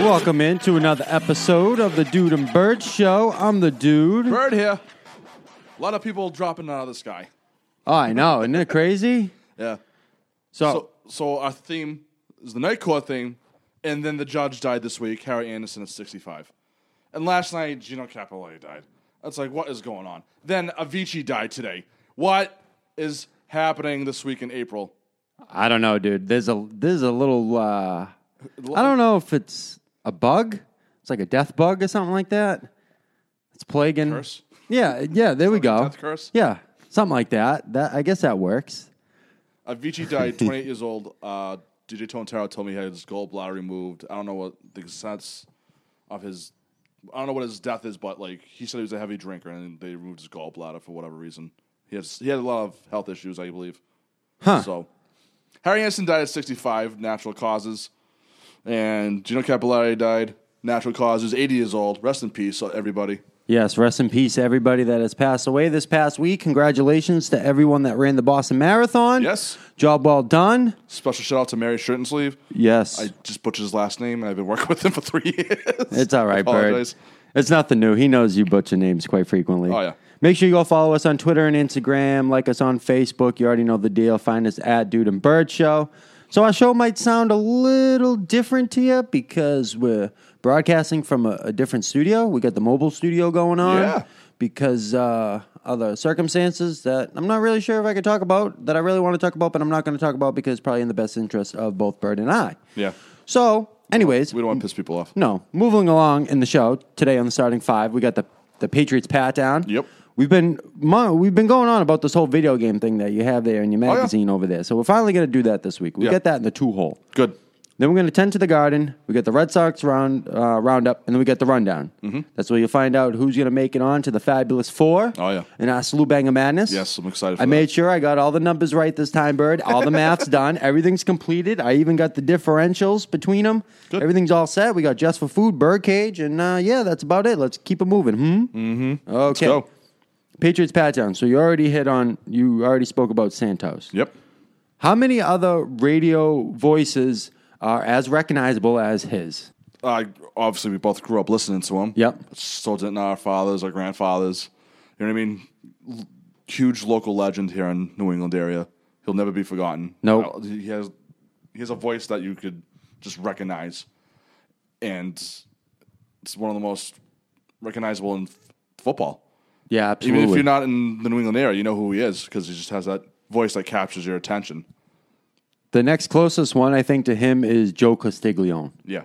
Welcome into another episode of the Dude and Bird Show. I'm the dude. Bird here. A lot of people dropping out of the sky. Oh, I know, isn't it crazy? Yeah. So, So, so our theme is the night court theme, and then the judge died this week. Harry Anderson is 65, and last night Gino Capoletti died. That's like what is going on? Then Avicii died today. What is happening this week in April? I don't know, dude. There's a there's a little. Uh, I don't know if it's a bug. It's like a death bug or something like that. It's plaguing. Curse? Yeah, yeah. There we go. death curse? Yeah, something like that. That I guess that works. Avicii died 28 years old. Uh, DJ Tone Taro told me he had his gallbladder removed. I don't know what the sense of his. I don't know what his death is, but like he said, he was a heavy drinker, and they removed his gallbladder for whatever reason. He has he had a lot of health issues, I believe. Huh. So, Harry Anderson died at 65, natural causes, and Gino Capillari died natural causes, 80 years old. Rest in peace, everybody. Yes, rest in peace, everybody that has passed away this past week. Congratulations to everyone that ran the Boston Marathon. Yes. job well done. Special shout out to Mary Shirt and Sleeve. Yes, I just butchered his last name, and I've been working with him for three years. It's all right, Bird. Apologize. It's nothing new. He knows you butcher names quite frequently. Oh, yeah. Make sure you go follow us on Twitter and Instagram, like us on Facebook. You already know the deal. Find us at Dude and Bird Show. So our show might sound a little different to you because we're broadcasting from a, a different studio. We got the mobile studio going on Yeah. because uh, other circumstances that I'm not really sure if I could talk about that I really want to talk about, but I'm not going to talk about because it's probably in the best interest of both Bird and I. Yeah. So, anyways, We don't want to piss people off. no, moving along in the show today on the starting five, we got the the Patriots pat down. Yep. We've been mo- we've been going on about this whole video game thing that you have there in your Oh, yeah. magazine over there. So we're finally going to do that this week. We Yeah. get that in the two hole. Good. Then we're going to tend to the garden. We get the Red Sox round uh, roundup, and then we get the rundown. Mm-hmm. That's where you'll find out who's going to make it on to the Fabulous Four. Oh, yeah. and our Slew Bang of Madness. Yes, I'm excited for I that. made sure I got all the numbers right this time, Bird. All the math's done. Everything's completed. I even got the differentials between them. Good. Everything's all set. We got just for food, Birdcage, and uh, yeah, that's about it. Let's keep it moving. Hmm. Mm-hmm. Okay. Go. Patriots pat down. So you already hit on. You already spoke about Santos. Yep. How many other radio voices are as recognizable as his? Uh, obviously, we both grew up listening to him. Yep. So did our fathers, our grandfathers. You know what I mean? L- huge local legend here in New England area. He'll never be forgotten. Nope. Uh, He has he has a voice that you could just recognize, and it's one of the most recognizable in f- football. Yeah, Even absolutely. if you're not in the New England area, you know who he is because he just has that voice that captures your attention. the next closest one, I think, to him is Joe Castiglione. Yeah.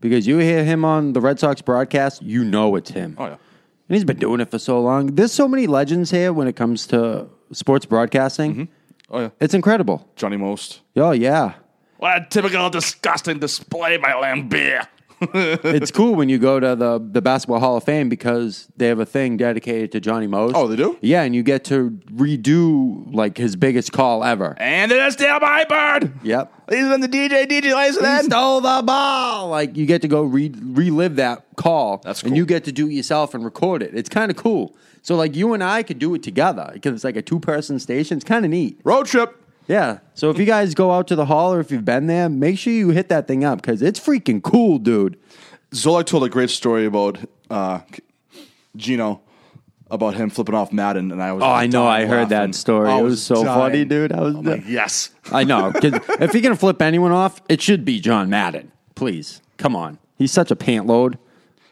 Because you hear him on the Red Sox broadcast, you know it's him. Oh yeah. And he's been doing it for so long. There's so many legends here when it comes to sports broadcasting. Oh yeah. It's incredible. Johnny Most. Oh, yeah. What a typical disgusting display by Lambert. it's cool when you go to the, the Basketball Hall of Fame because they have a thing dedicated to Johnny Mose. Oh, they do? Yeah, and you get to redo like his biggest call ever. And it is down by Bird. Yep. He's been the DJ, DJ Laser He stole the ball. Like you get to go re- relive that call. That's and cool. you get to do it yourself and record it. It's kind of cool. So like you and I could do it together because it's like a two person station. It's kind of neat. Road trip. Yeah. So if you guys go out to the hall or if you've been there, make sure you hit that thing up because it's freaking cool, dude. Zolak told a great story about uh, Gino, about him flipping off Madden, and I was. Oh, I know. I heard that story. It was Oh so funny, dude. I was. i like, yes. I know. 'cause if you're gonna flip anyone off, it should be John Madden. Please, come on. He's such a pant load.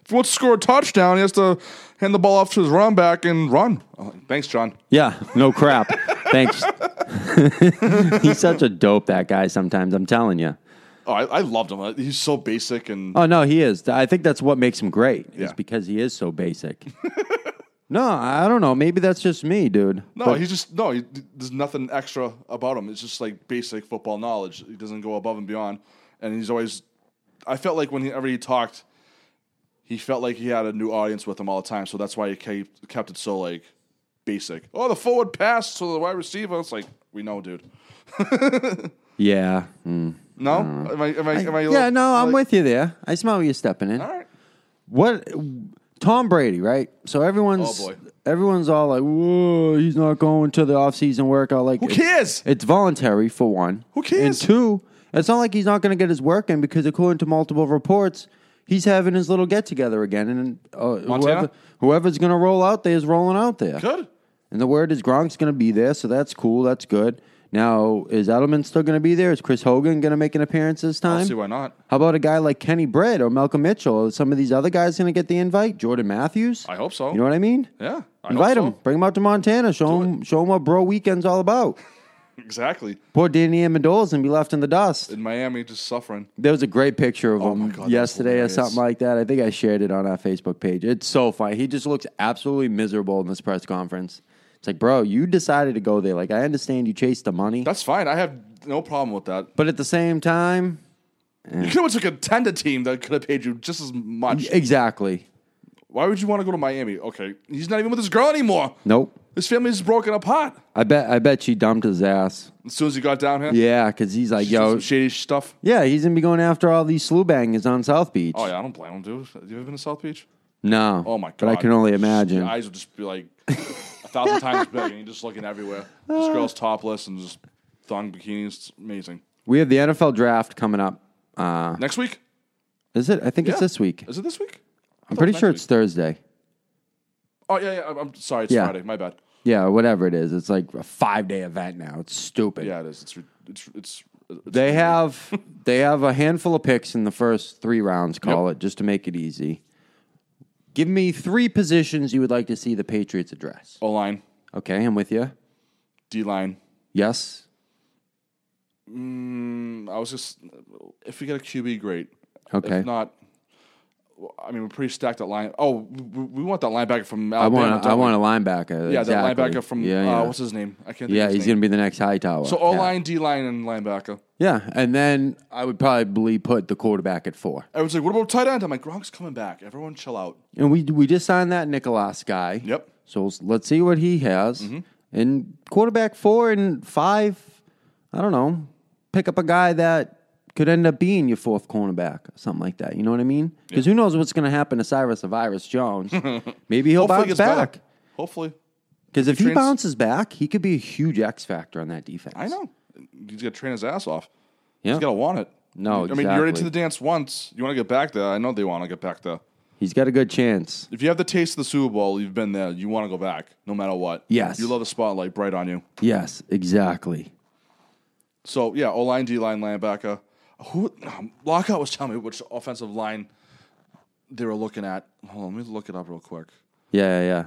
If he wants to score a touchdown, he has to hand the ball off to his run back and run. I'm like, Thanks, John. Yeah, no crap. Thanks. He's such a dope that guy sometimes, I'm telling you. Oh, I, I loved him. He's so basic and Oh no, he is. I think that's what makes him great. Is Yeah. because he is so basic. no, I don't know. Maybe that's just me, dude. No, But- he's just no. He, there's nothing extra about him. It's just like basic football knowledge. He doesn't go above and beyond, and he's always. I felt like whenever he talked, he felt like he had a new audience with him all the time. So that's why he kept, kept it so like basic. Oh, the forward pass to the wide receiver. It's like we know, dude. yeah. Mm. No, am I? Am I? Am I Yeah, no, I'm with you there. I smell you stepping in. All right. What Tom Brady, right? So everyone's Oh, boy. everyone's all like, "Whoa, he's not going to the offseason workout." Like, Who cares? It's voluntary for one. Who cares? And two, it's not like he's not going to get his work in because according to multiple reports, he's having his little get together again, and uh, whoever Montana? whoever's going to roll out there is rolling out there. Good. And the word is Gronk's going to be there, so that's cool. That's good. Now, is Edelman still going to be there? Is Chris Hogan going to make an appearance this I time? see why not. How about a guy like Kenny Britt or Malcolm Mitchell? Or some of these other guys going to get the invite? Jordan Matthews? I hope so. You know what I mean? yeah. I Invite hope him. Bring him out to Montana. Show him, show him what Bro Weekend's all about. So. Exactly. Poor Danny Amendola's going to be left in the dust. In Miami, just suffering. There was a great picture of Oh my him God, that's yesterday or hilarious. something like that. I think I shared it on our Facebook page. It's so funny. He just looks absolutely miserable in this press conference. It's like, bro, you decided to go there. Like, I understand you chased the money, That's fine. I have no problem with that. but at the same time, You could have took a contender team that could have paid you just as much. exactly. Why would you want to go to Miami? Okay, he's not even with his girl anymore. Nope. His family's broken apart. I bet. I bet she dumped his ass. As soon as he got down here, Yeah, because he's like, Yo, yo, some shady stuff. yeah, he's gonna be going after all these slew bangers on South Beach. Oh yeah, I don't blame him, dude. Have you ever been to South Beach? No. Oh my god! But I can only Just- imagine. Your eyes would just be like a thousand times bigger, and you're just looking everywhere. This girl's topless and just thong bikinis. It's amazing. we have the NFL draft coming up. Uh, Next week? is it? I think it's Yeah. this week. Is it this week? I'm pretty next sure week. it's Thursday. Oh yeah, yeah. I'm, I'm sorry, it's Yeah. Friday. My bad. Yeah, whatever it is. It's like a five day event now. It's stupid. Yeah, it is. It's re- it's it's. it's They have they have a handful of picks in the first three rounds, call it, just to make it easy. Give me three positions you would like to see the Patriots address. O line, Okay, I'm with you. D line. Yes. Mm, I was just if we get a QB, great. Okay. If not, well, I mean, we're pretty stacked at line. Oh, we, we want that linebacker from I Alabama. want a, I don't we? want a linebacker. Yeah, exactly. that linebacker from yeah, uh, yeah. what's his name? I can't. Think yeah of his he's name. gonna be the next high tower. So O line, D line, and linebacker. Yeah. and then I would probably put the quarterback at four. Everyone's like, "What about tight end?" I'm like, "Gronk's coming back. Everyone, chill out." And we we just signed that Nicolas guy. Yep. So let's- let's see what he has. Mm-hmm. And quarterback four and five, I don't know, pick up a guy that could end up being your fourth cornerback or something like that. You know what I mean? Because who knows what's going to happen to Cyrus of Iris Jones. Maybe he'll Hopefully, it bounce gets better. back. Hopefully, Because if he Trans- bounces back, he could be a huge X factor on that defense. I know he's gonna train his ass off. Yeah. He's gonna want it. No, I mean, you're exactly. into the dance once. You want to get back there. I know they want to get back there. He's got a good chance. If you have the taste of the Super Bowl, you've been there. You want to go back, no matter what. Yes. you love the spotlight bright on you. Yes, exactly. So yeah, O line, D line, linebacker. Who um, Lockout was telling me which offensive line they were looking at. Hold on, let me look it up real quick. Yeah, yeah, yeah.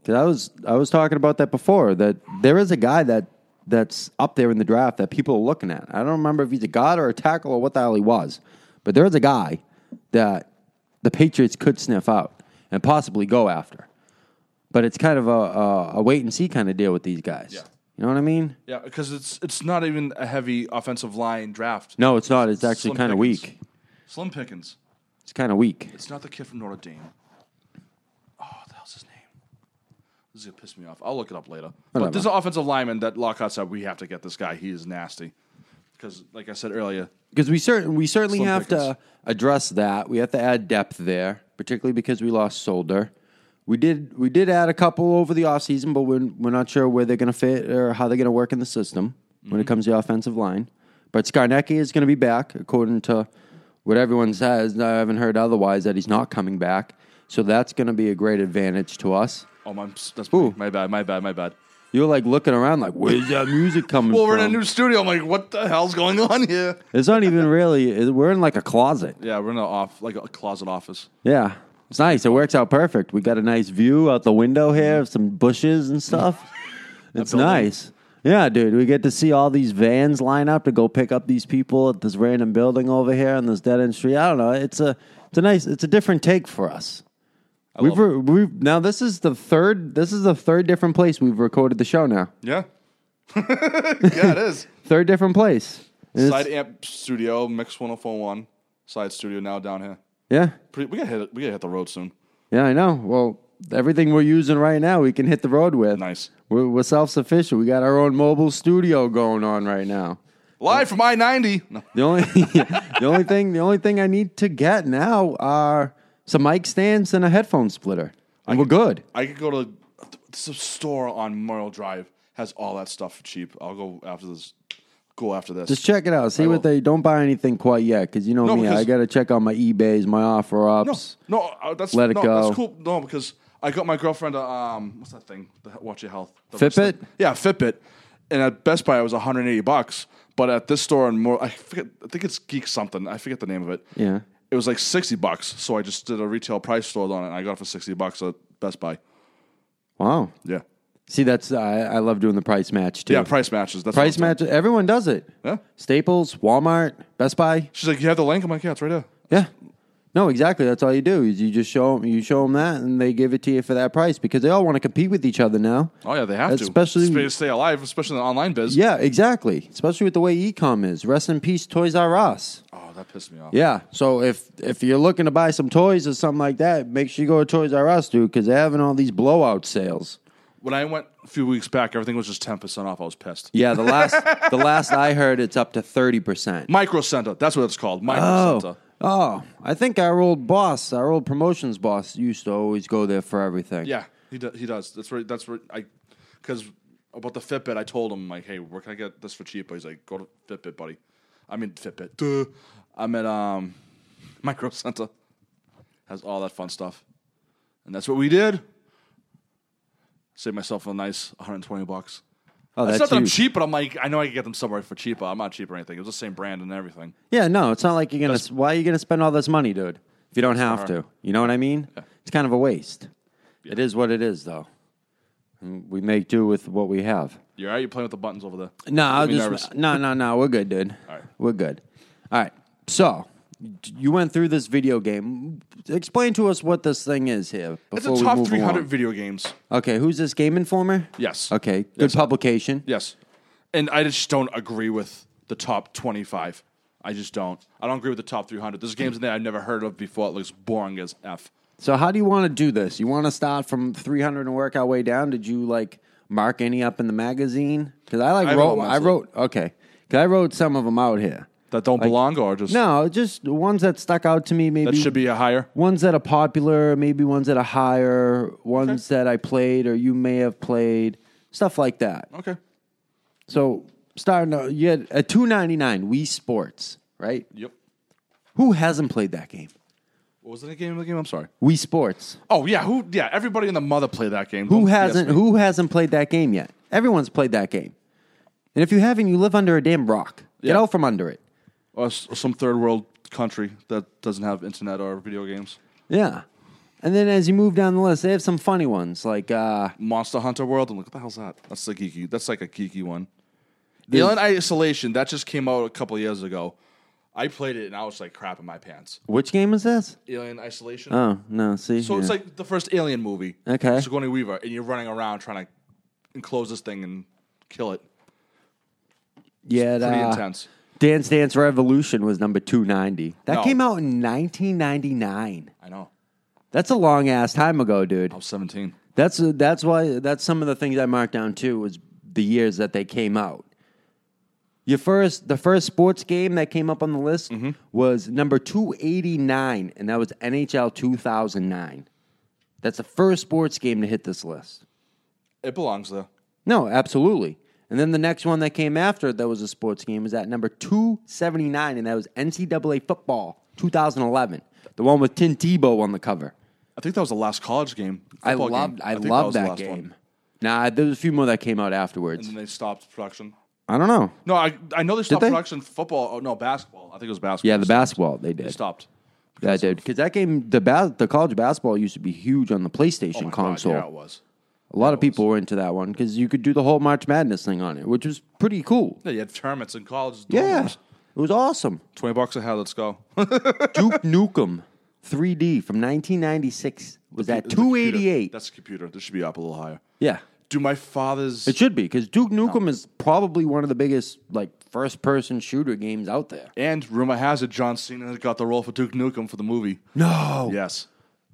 Because I was I was talking about that before. That there is a guy that that's up there in the draft that people are looking at. I don't remember if he's a god or a tackle or what the hell he was, but there is a guy that the Patriots could sniff out and possibly go after. But it's kind of a a, a wait and see kind of deal with these guys. Yeah. You know what I mean? Yeah, because it's it's not even a heavy offensive line draft. No, it's not. It's actually Slim kind of pickings. weak. Slim Pickens. It's kind of weak. It's not the kid from Notre Dame. Oh, what the hell's his name? This is gonna piss me off. I'll look it up later. Whatever. But there's an offensive lineman that Lockhart said we have to get this guy. He is nasty. Because, like I said earlier, because we certain we certainly Slim have to pickings. address that. We have to add depth there, particularly because we lost Solder. We did we did add a couple over the offseason, but we're, we're not sure where they're going to fit or how they're going to work in the system when Mm-hmm. it comes to the offensive line. But Skarnecki is going to be back, according to what everyone says. I haven't heard otherwise that he's not coming back, so that's going to be a great advantage to us. oh my, that's Who? my bad, my bad, my bad. You're like looking around, like where's that music coming Well, we're from? in a new studio. I'm like, what the hell's going on here? it's not even really. We're in like a closet. Yeah, we're in a off like a closet office. Yeah. It's nice. It works out perfect. We got a nice view out the window here of some bushes and stuff. it's building. nice. Yeah, dude. We get to see all these vans line up to go pick up these people at this random building over here on this dead end street. I don't know. It's a it's a nice it's a different take for us. We've, re- we've now this is the third this is the third different place we've recorded the show now. Yeah. yeah, it is. Third different place. And it's- Side amp studio, mix 1041. Side studio now down here. yeah. Pretty, we gotta hit we gotta hit the road soon. Yeah, I know. Well, everything we're using right now, we can hit the road with. Nice. We're, we're self sufficient. We got our own mobile studio going on right now. Live from I ninety. No. The only the only thing the only thing I need to get now are some mic stands and a headphone splitter, and we're good. I could go to this store on Memorial Drive has all that stuff for cheap. I'll go after this cool after this. Just check it out. See I what will. they don't buy anything quite yet because you know No, me. I because- got to check out my eBay's, my offer no, ups. no, uh, that's Let it no, go. That's cool. No, because I got my girlfriend. A, um, what's that thing? The, he- watch your health. The Fitbit? wrist thing. Yeah, Fitbit. And at Best Buy, it was 180 bucks. But at this store, and more, I forget. I think it's Geek something. I forget the name of it. Yeah. It was like 60 bucks. So I just did a retail price store on it. And I got it for 60 bucks at Best Buy. Wow. Yeah. See, that's I, I love doing the price match too. Yeah, price matches. That's price what match. I'm Everyone does it. saying. Yeah. Staples, Walmart, Best Buy. She's like, you have the link? I'm like, yeah, it's right there. Yeah. No, exactly. That's all you do. Is you just show them, you show them that, and they give it to you for that price because they all want to compete with each other now. Oh, yeah, they have to. Especially- Stay- stay alive, especially in the online biz. Yeah, exactly. Especially with the way e-com is. Rest in peace, Toys R Us. Oh, that pissed me off. Yeah. So if if you're looking to buy some toys or something like that, make sure you go to Toys R Us, dude, because they're having all these blowout sales. When I went a few weeks back, everything was just 10% off. I was pissed. Yeah. The last the last I heard, it's up to thirty percent. Micro Center. That's what it's called. Micro Oh. Center. Oh, I think our old boss, our old promotions boss, used to always go there for everything. Yeah, he do, he does. That's where that's where I because about the Fitbit, I told him like, hey, where can I get this for cheap? He's like, go to Fitbit, buddy. I mean Fitbit. Duh. I'm at um Micro Center. Has all that fun stuff, and that's what we did. Saved myself a nice 120 bucks. Oh, It's that's not that I'm huge. cheap, but I'm like, I know I can get them somewhere for cheaper. I'm not cheap or anything. It was the same brand and everything. Yeah, no, it's not like you're gonna. why are you gonna spend all this money, dude? If you don't have to, you know what I mean? It's kind of a waste. It is what it is, though. And we make do with what we have. You're right. You're playing with the buttons over there. No, Made I'll me just nervous. no, no, no. We're good, dude. All right. We're good. All right. So d- you went through this video game. Explain to us what this thing is here. It's Before a we top move 300 along. video games. Okay, who's this Game Informer? Yes. Okay, good publication. Yes. And I just don't agree with the top 25. I just don't. I don't agree with the top 300. There's games in there I've never heard of before. It looks boring as F. So how do you want to do this? You want to start from 300 and work our way down? Did you like mark any up in the magazine? Because I like I have wrote, all my I stuff. wrote okay, 'Cause I wrote some of them out here. That don't belong or just. No, just the ones that stuck out to me. Maybe That should be a higher. ones that are popular, maybe ones that are higher, ones that I played or you may have played, stuff like that. Okay. So starting uh, you had at 299 Wii Sports, right? Yep. Who hasn't played that game? What was the name of the game? I'm sorry. Wii Sports. Oh yeah, who? Yeah, everybody in the mother played that game. Who Don't- yes, hasn't? man. who hasn't played that game yet? Everyone's played that game, and if you haven't, you live under a damn rock. Get Yeah. out from under it. Or s- some third world country that doesn't have internet or video games. Yeah, and then as you move down the list, they have some funny ones like uh, Monster Hunter World. I'm like, what the hell's that? That's the geeky. That's like a geeky one. There's- Alien Isolation. That just came out a couple of years ago. I played it and I was like crap in my pants. which game is this? Alien Isolation. Oh no, see, so it's yeah. like the first Alien movie. Okay. Sigourney Weaver, and you're running around trying to enclose this thing and kill it. yeah, it, Pretty uh, intense. Dance Dance Revolution was number two ninety. That No. came out in nineteen ninety nine. I know. That's a long ass time ago, dude. I was 17. That's uh, that's why that's some of the things I marked down too was the years that they came out. Your first the first sports game that came up on the list was number 289 and that was NHL 2009. That's the first sports game to hit this list. It belongs there. No, absolutely. And then the next one that came after that was a sports game was at number 279 and that was NCAA football 2011. The one with Tim Tebow on the cover. I think that was the last college game. I football game. loved I, think that loved was the that, last game. one. Nah, there was a few more that came out afterwards. And then they stopped production. I don't know. No, I I know they stopped they? production football. Oh no, basketball. I think it was basketball. Yeah, the basketball they They did. stopped. That did because that game the bas- the college basketball used to be huge on the Oh PlayStation my God, console. yeah, it was. a lot of people were into that one because you could do the whole March Madness thing on it, which was pretty cool. Yeah, you had tournaments in college. Yeah, dorms. it was awesome. twenty bucks a head. Let's go. Duke Nukem 3D from 1996 was at It's a computer. 288. That's a computer. This should be up a little higher. Yeah, Do my father's it should be because Duke Nukem is probably one of the biggest like first person shooter games out there. and rumor has it John Cena got the role for Duke Nukem for the movie. No, Yes.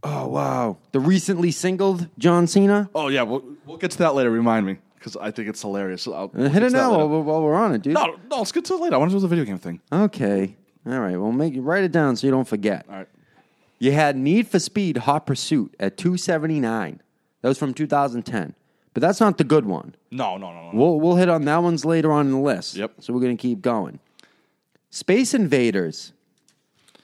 oh wow, the recently singled John Cena. Oh yeah. We'll, we'll get to that later. Remind me because I think it's hilarious. I'll, we'll Hit get it to that now later. while, while we're on it, dude. No, no. Let's get to it later. I want to do the video game thing. Okay. All right. Well, make write it down so you don't forget. All right. You had Need for Speed Hot Pursuit at 279. That was from 2010. But that's not the good one. No, no, no, no. We'll we'll hit on that one's later on in the list. Yep. So we're gonna keep going. Space Invaders,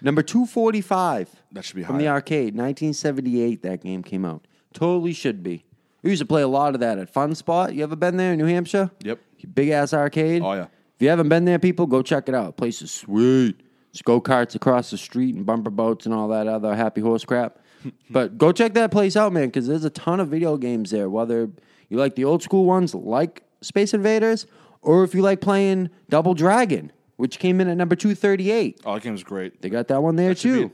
number two forty five That should be from the higher. arcade, nineteen seventy eight. That game came out. Totally should be. We used to play a lot of that at Fun Spot. You ever been there in New Hampshire? Yep. Big ass arcade. Oh, yeah. If you haven't been there, people, go check it out. Place is sweet. There's go karts across the street and bumper boats and all that other happy horse crap. but go check that place out, man, because there's a ton of video games there. Whether you like the old school ones like Space Invaders, or if you like playing Double Dragon, which came in at number 238. Oh, that game was great. They got that one there Should be too.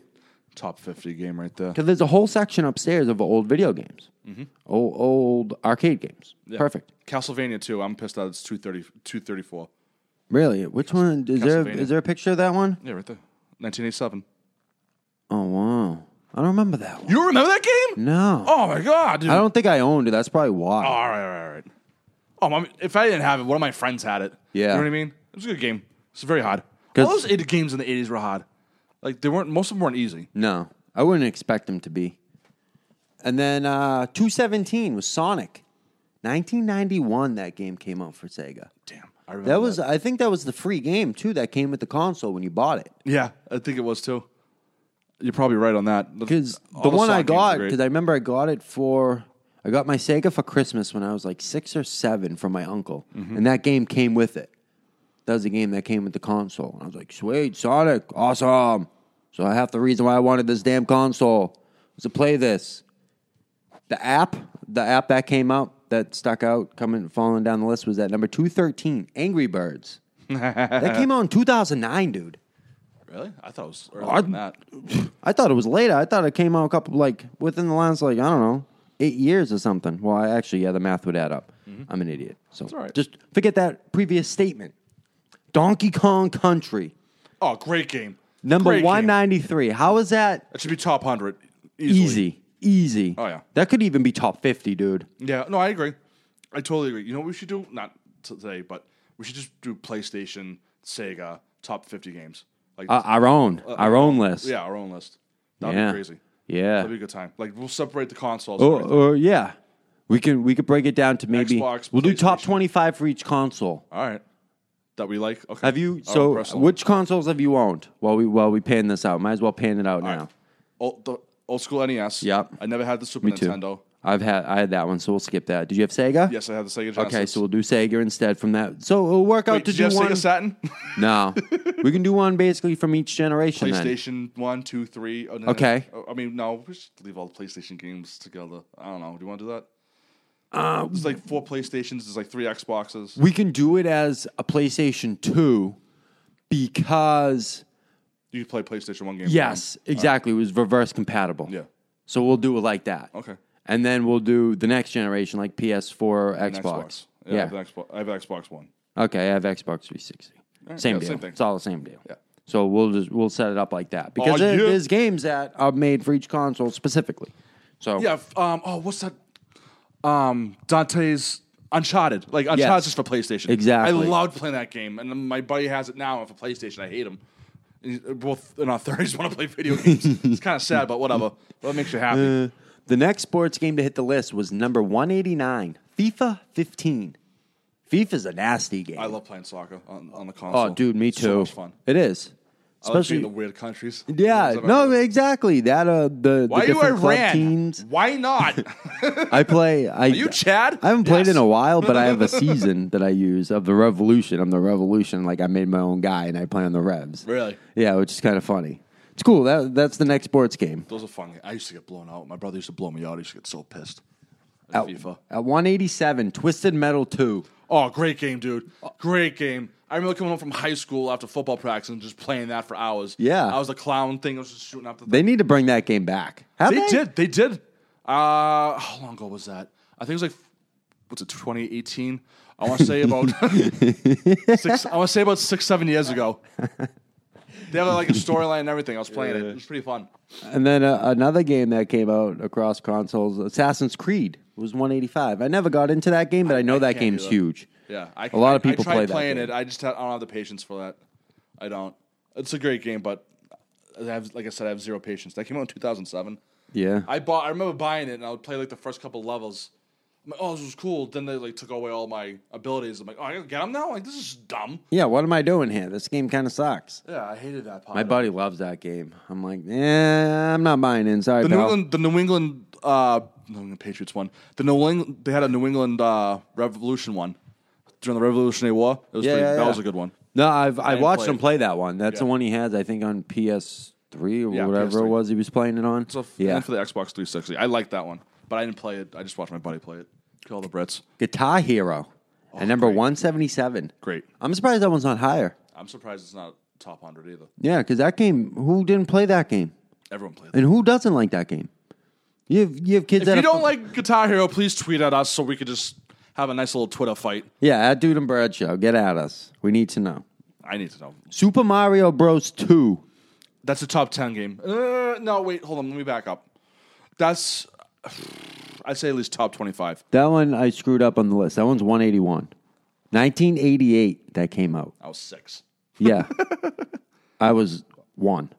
a Top 50 game right there. Because there's a whole section upstairs of old video games, Mm-hmm. old, old arcade games. Perfect. Castlevania 2. I'm pissed out. It's 230, 234. Really? Which one? Is there, Castlevania. is there a picture of that one? Yeah, right there. 1987. Oh, wow. I don't remember that one. You don't remember that game? No. Oh, my God, dude. I don't think I owned it. That's probably why. Oh, all right, all right, all right. Oh, my, if I didn't have it, one of my friends had it. Yeah. You know what I mean? It was a good game. It's very hard. 'Cause- All those 80 games in the 80s were hard. Like, they weren't, most of them weren't easy. No, I wouldn't expect him to be. And then uh, 217 was Sonic. 1991, that game came out for Sega. Damn. I remember That was, I think that was the free game, too, that came with the console when you bought it. Yeah, I think it was too. You're probably right on that. Because the one I got, because I remember I got it for, I got my Sega for Christmas when I was like six or seven from my uncle, and that game came with it. That was the game that came with the console, and I was like, "Sweet Sonic, awesome!" So half the reason why I wanted this damn console was to play this. The app, the app that came out that stuck out, coming falling down the list was at number two thirteen, Angry Birds. that came out in two thousand nine, dude. really, I thought it was earlier I- than that. I thought it was later. I thought it came out a couple like within the last like I don't know eight years or something. Well, I actually yeah, the math would add up. I'm an idiot, so Mm-hmm. all right. just forget that previous statement. Donkey Kong Country Oh, great game. number Great game. one ninety three. How is that That should be top hundred. Easily. easy? Easy. Oh, yeah. that could even be top fifty, dude. Yeah. No, I agree. I totally agree. You know what we should do? Not t- today, but we should just do PlayStation, Sega, top fifty games. Like Uh, our own, our own list. yeah, our own list. That'd Yeah. Oh, be crazy. yeah. That'd be a good time. Like we'll separate the consoles. Or, or yeah, we can we could break it down to maybe Xbox, we'll do top PlayStation. twenty five for each console. All right. That we like. Okay. oh. Have you? Oh, So, personal. which consoles have you owned? While we while we pan this out, might as well pan it out now. old, the old school NES? Yep. I never had the Super Me too. Nintendo. I've had I had that one, so we'll skip that. Did you have Sega? Yes, I had the Sega. Genesis. Okay, so we'll do Sega instead from that. So it'll work out Wait, to did you have do one. Sega Saturn? no, we can do one basically from each generation. Then. PlayStation one, two, three. Oh, no, no. Okay. Oh, I mean, no, we should leave all the PlayStation games together. I don't know. Do you want to do that? Uh, There's like four PlayStations. There's like three Xboxes. We can do it as a PlayStation Two because You can play PlayStation one games. yes, exactly, it was reverse compatible. Yeah. So we'll do it like that. Okay. And then we'll do the next generation, like PS4 or Xbox. An Xbox. Yeah. I, have an Xbox. I have an Xbox One. Okay, I have Xbox 360. same Eh, yeah, deal. same thing. It's all the same deal. Yeah. So we'll just we'll set it up like that because Oh, there- yeah. there's games that are made for each console specifically. So Yeah. f- Um. Oh, what's that? Um. Dante's Uncharted. Like Uncharted's Yes. just for PlayStation. Exactly. I loved playing that game, and then my buddy has it now. And for PlayStation, I hate him. He's- We're both in our thirties want to play video games. it's kind of sad, but whatever. Well, it makes you happy. the next sports game to hit the list was number 189, FIFA 15. FIFA's a nasty game. I love playing soccer on, on the console. oh, dude, me It's too. So much fun. It is, I like being especially in the weird countries. yeah. Things I've No, ever- exactly. That uh, the, Why the you different club Iran? teams. Why not? I play. I, you Chad? I haven't played in Yes. a while, but I have a season that I use of the Revolution. I'm the Revolution. Like I made my own guy, and I play on the Revs. Really? Yeah, which is kind of funny. It's cool. That that's the next sports game. Those are fun. I used to get blown out. My brother used to blow me out. I used to get so pissed. At At, FIFA. at 187, Twisted Metal 2. Oh, great game, dude. Great game. I remember coming home from high school after football practice and just playing that for hours. Yeah. I was a clown thing. I was just shooting up the They need to bring that game back. Have They they, did. They did. Uh, how long ago was that? I think it was like what's it, 2018? I want to say about six. I want to say about six, seven years ago. They had like a storyline and everything. I was playing it. It was pretty fun. And then uh, another game that came out across consoles, Assassin's Creed, was 185. I never got into that game, but I know that can't game's do that. huge. Yeah, I, A lot of I- I people tried play that playing game. it. I just had, I don't have the patience for that. I don't. It's a great game, but I have, like I said, I have zero patience. That came out in 2007. Yeah. I bought. I remember buying it, and I would play like the first couple levels. I'm like, oh, this was cool. Then they like took away all my abilities. I'm like, oh, I gotta get them now. Like this is dumb. Yeah, what am I doing here? This game kind of sucks. Yeah, I hated that part. My buddy loves that game. I'm like, yeah, I'm not buying in. Sorry, The New pal. England, the New England, uh, New England Patriots one. The New England, they had a New England uh, Revolution one during the Revolutionary War. It was Yeah, pretty, yeah, that yeah. was a good one. No, I've I didn't watched play him it. play that one. That's the Yeah. one he has, I think, on PS3 or Yeah, whatever it PS3. was he was playing it on. So f- yeah, and for the Xbox 360, I liked that one, but I didn't play it. I just watched my buddy play it. Kill all the Brits. Guitar Hero at number great. 177. Great. I'm surprised that one's not higher. I'm surprised it's not top 100 either. Yeah, because that game, who didn't play that game, Everyone played it. and who doesn't like that game? You have you have kids If that you are- don't like Guitar Hero, please tweet at us so we could just have a nice little Twitter fight. yeah, at Dude and Bird Show, get at us. We need to know. I need to know. Super Mario Bros. Two. That's a top 10 game. Uh, no, wait, hold on. Let me back up. That's, I'd say at least top 25. That one I screwed up on the list. That one's 181. 1988 that came out. I was six. Yeah, I was one.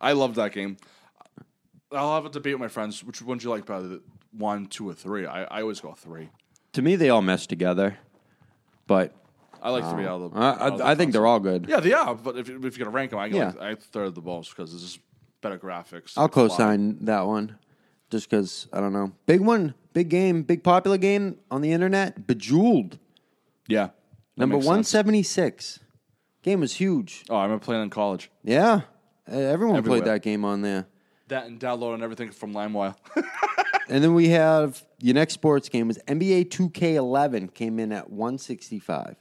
I loved that game. I'll have a debate with my friends. Which one do you like better? the- One, two, or three? I, I always go three. To me, they all mesh together, but I like three out of the. Oh. I, out of the I, I think they're all good. Yeah, they are. But if, you- if you're gonna rank them, I Yeah. like, I third the most because it's just better graphics. I'll It's a lot. co-sign that one, just because I don't know. Big one, big game, big popular game on the internet. Bejeweled, Yeah, That number makes one sense. seventy six. Game was huge. Oh, I remember playing in college. Yeah, Uh, everyone Everywhere. played that game on there. That and downloading everything from LimeWire. And then we have your next sports game was NBA Two K eleven came in at one sixty five.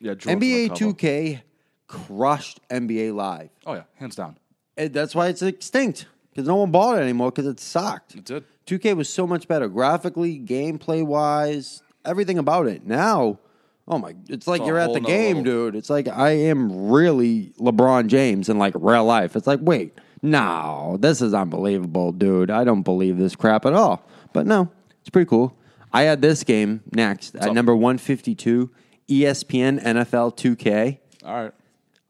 yeah, Jordan NBA Cover. Two K crushed NBA Live. Oh yeah, hands down. And that's why it's extinct because no one bought it anymore because it sucked. It did. 2K was so much better graphically, gameplay wise, everything about it. Now, oh my, it's like It's a you're at whole the nother game, level. dude. It's like I am really LeBron James in like real life. It's like, wait, no, this is unbelievable, dude. I don't believe this crap at all. But no, it's pretty cool. I had this game next at number E 152, ESPN NFL 2K All right.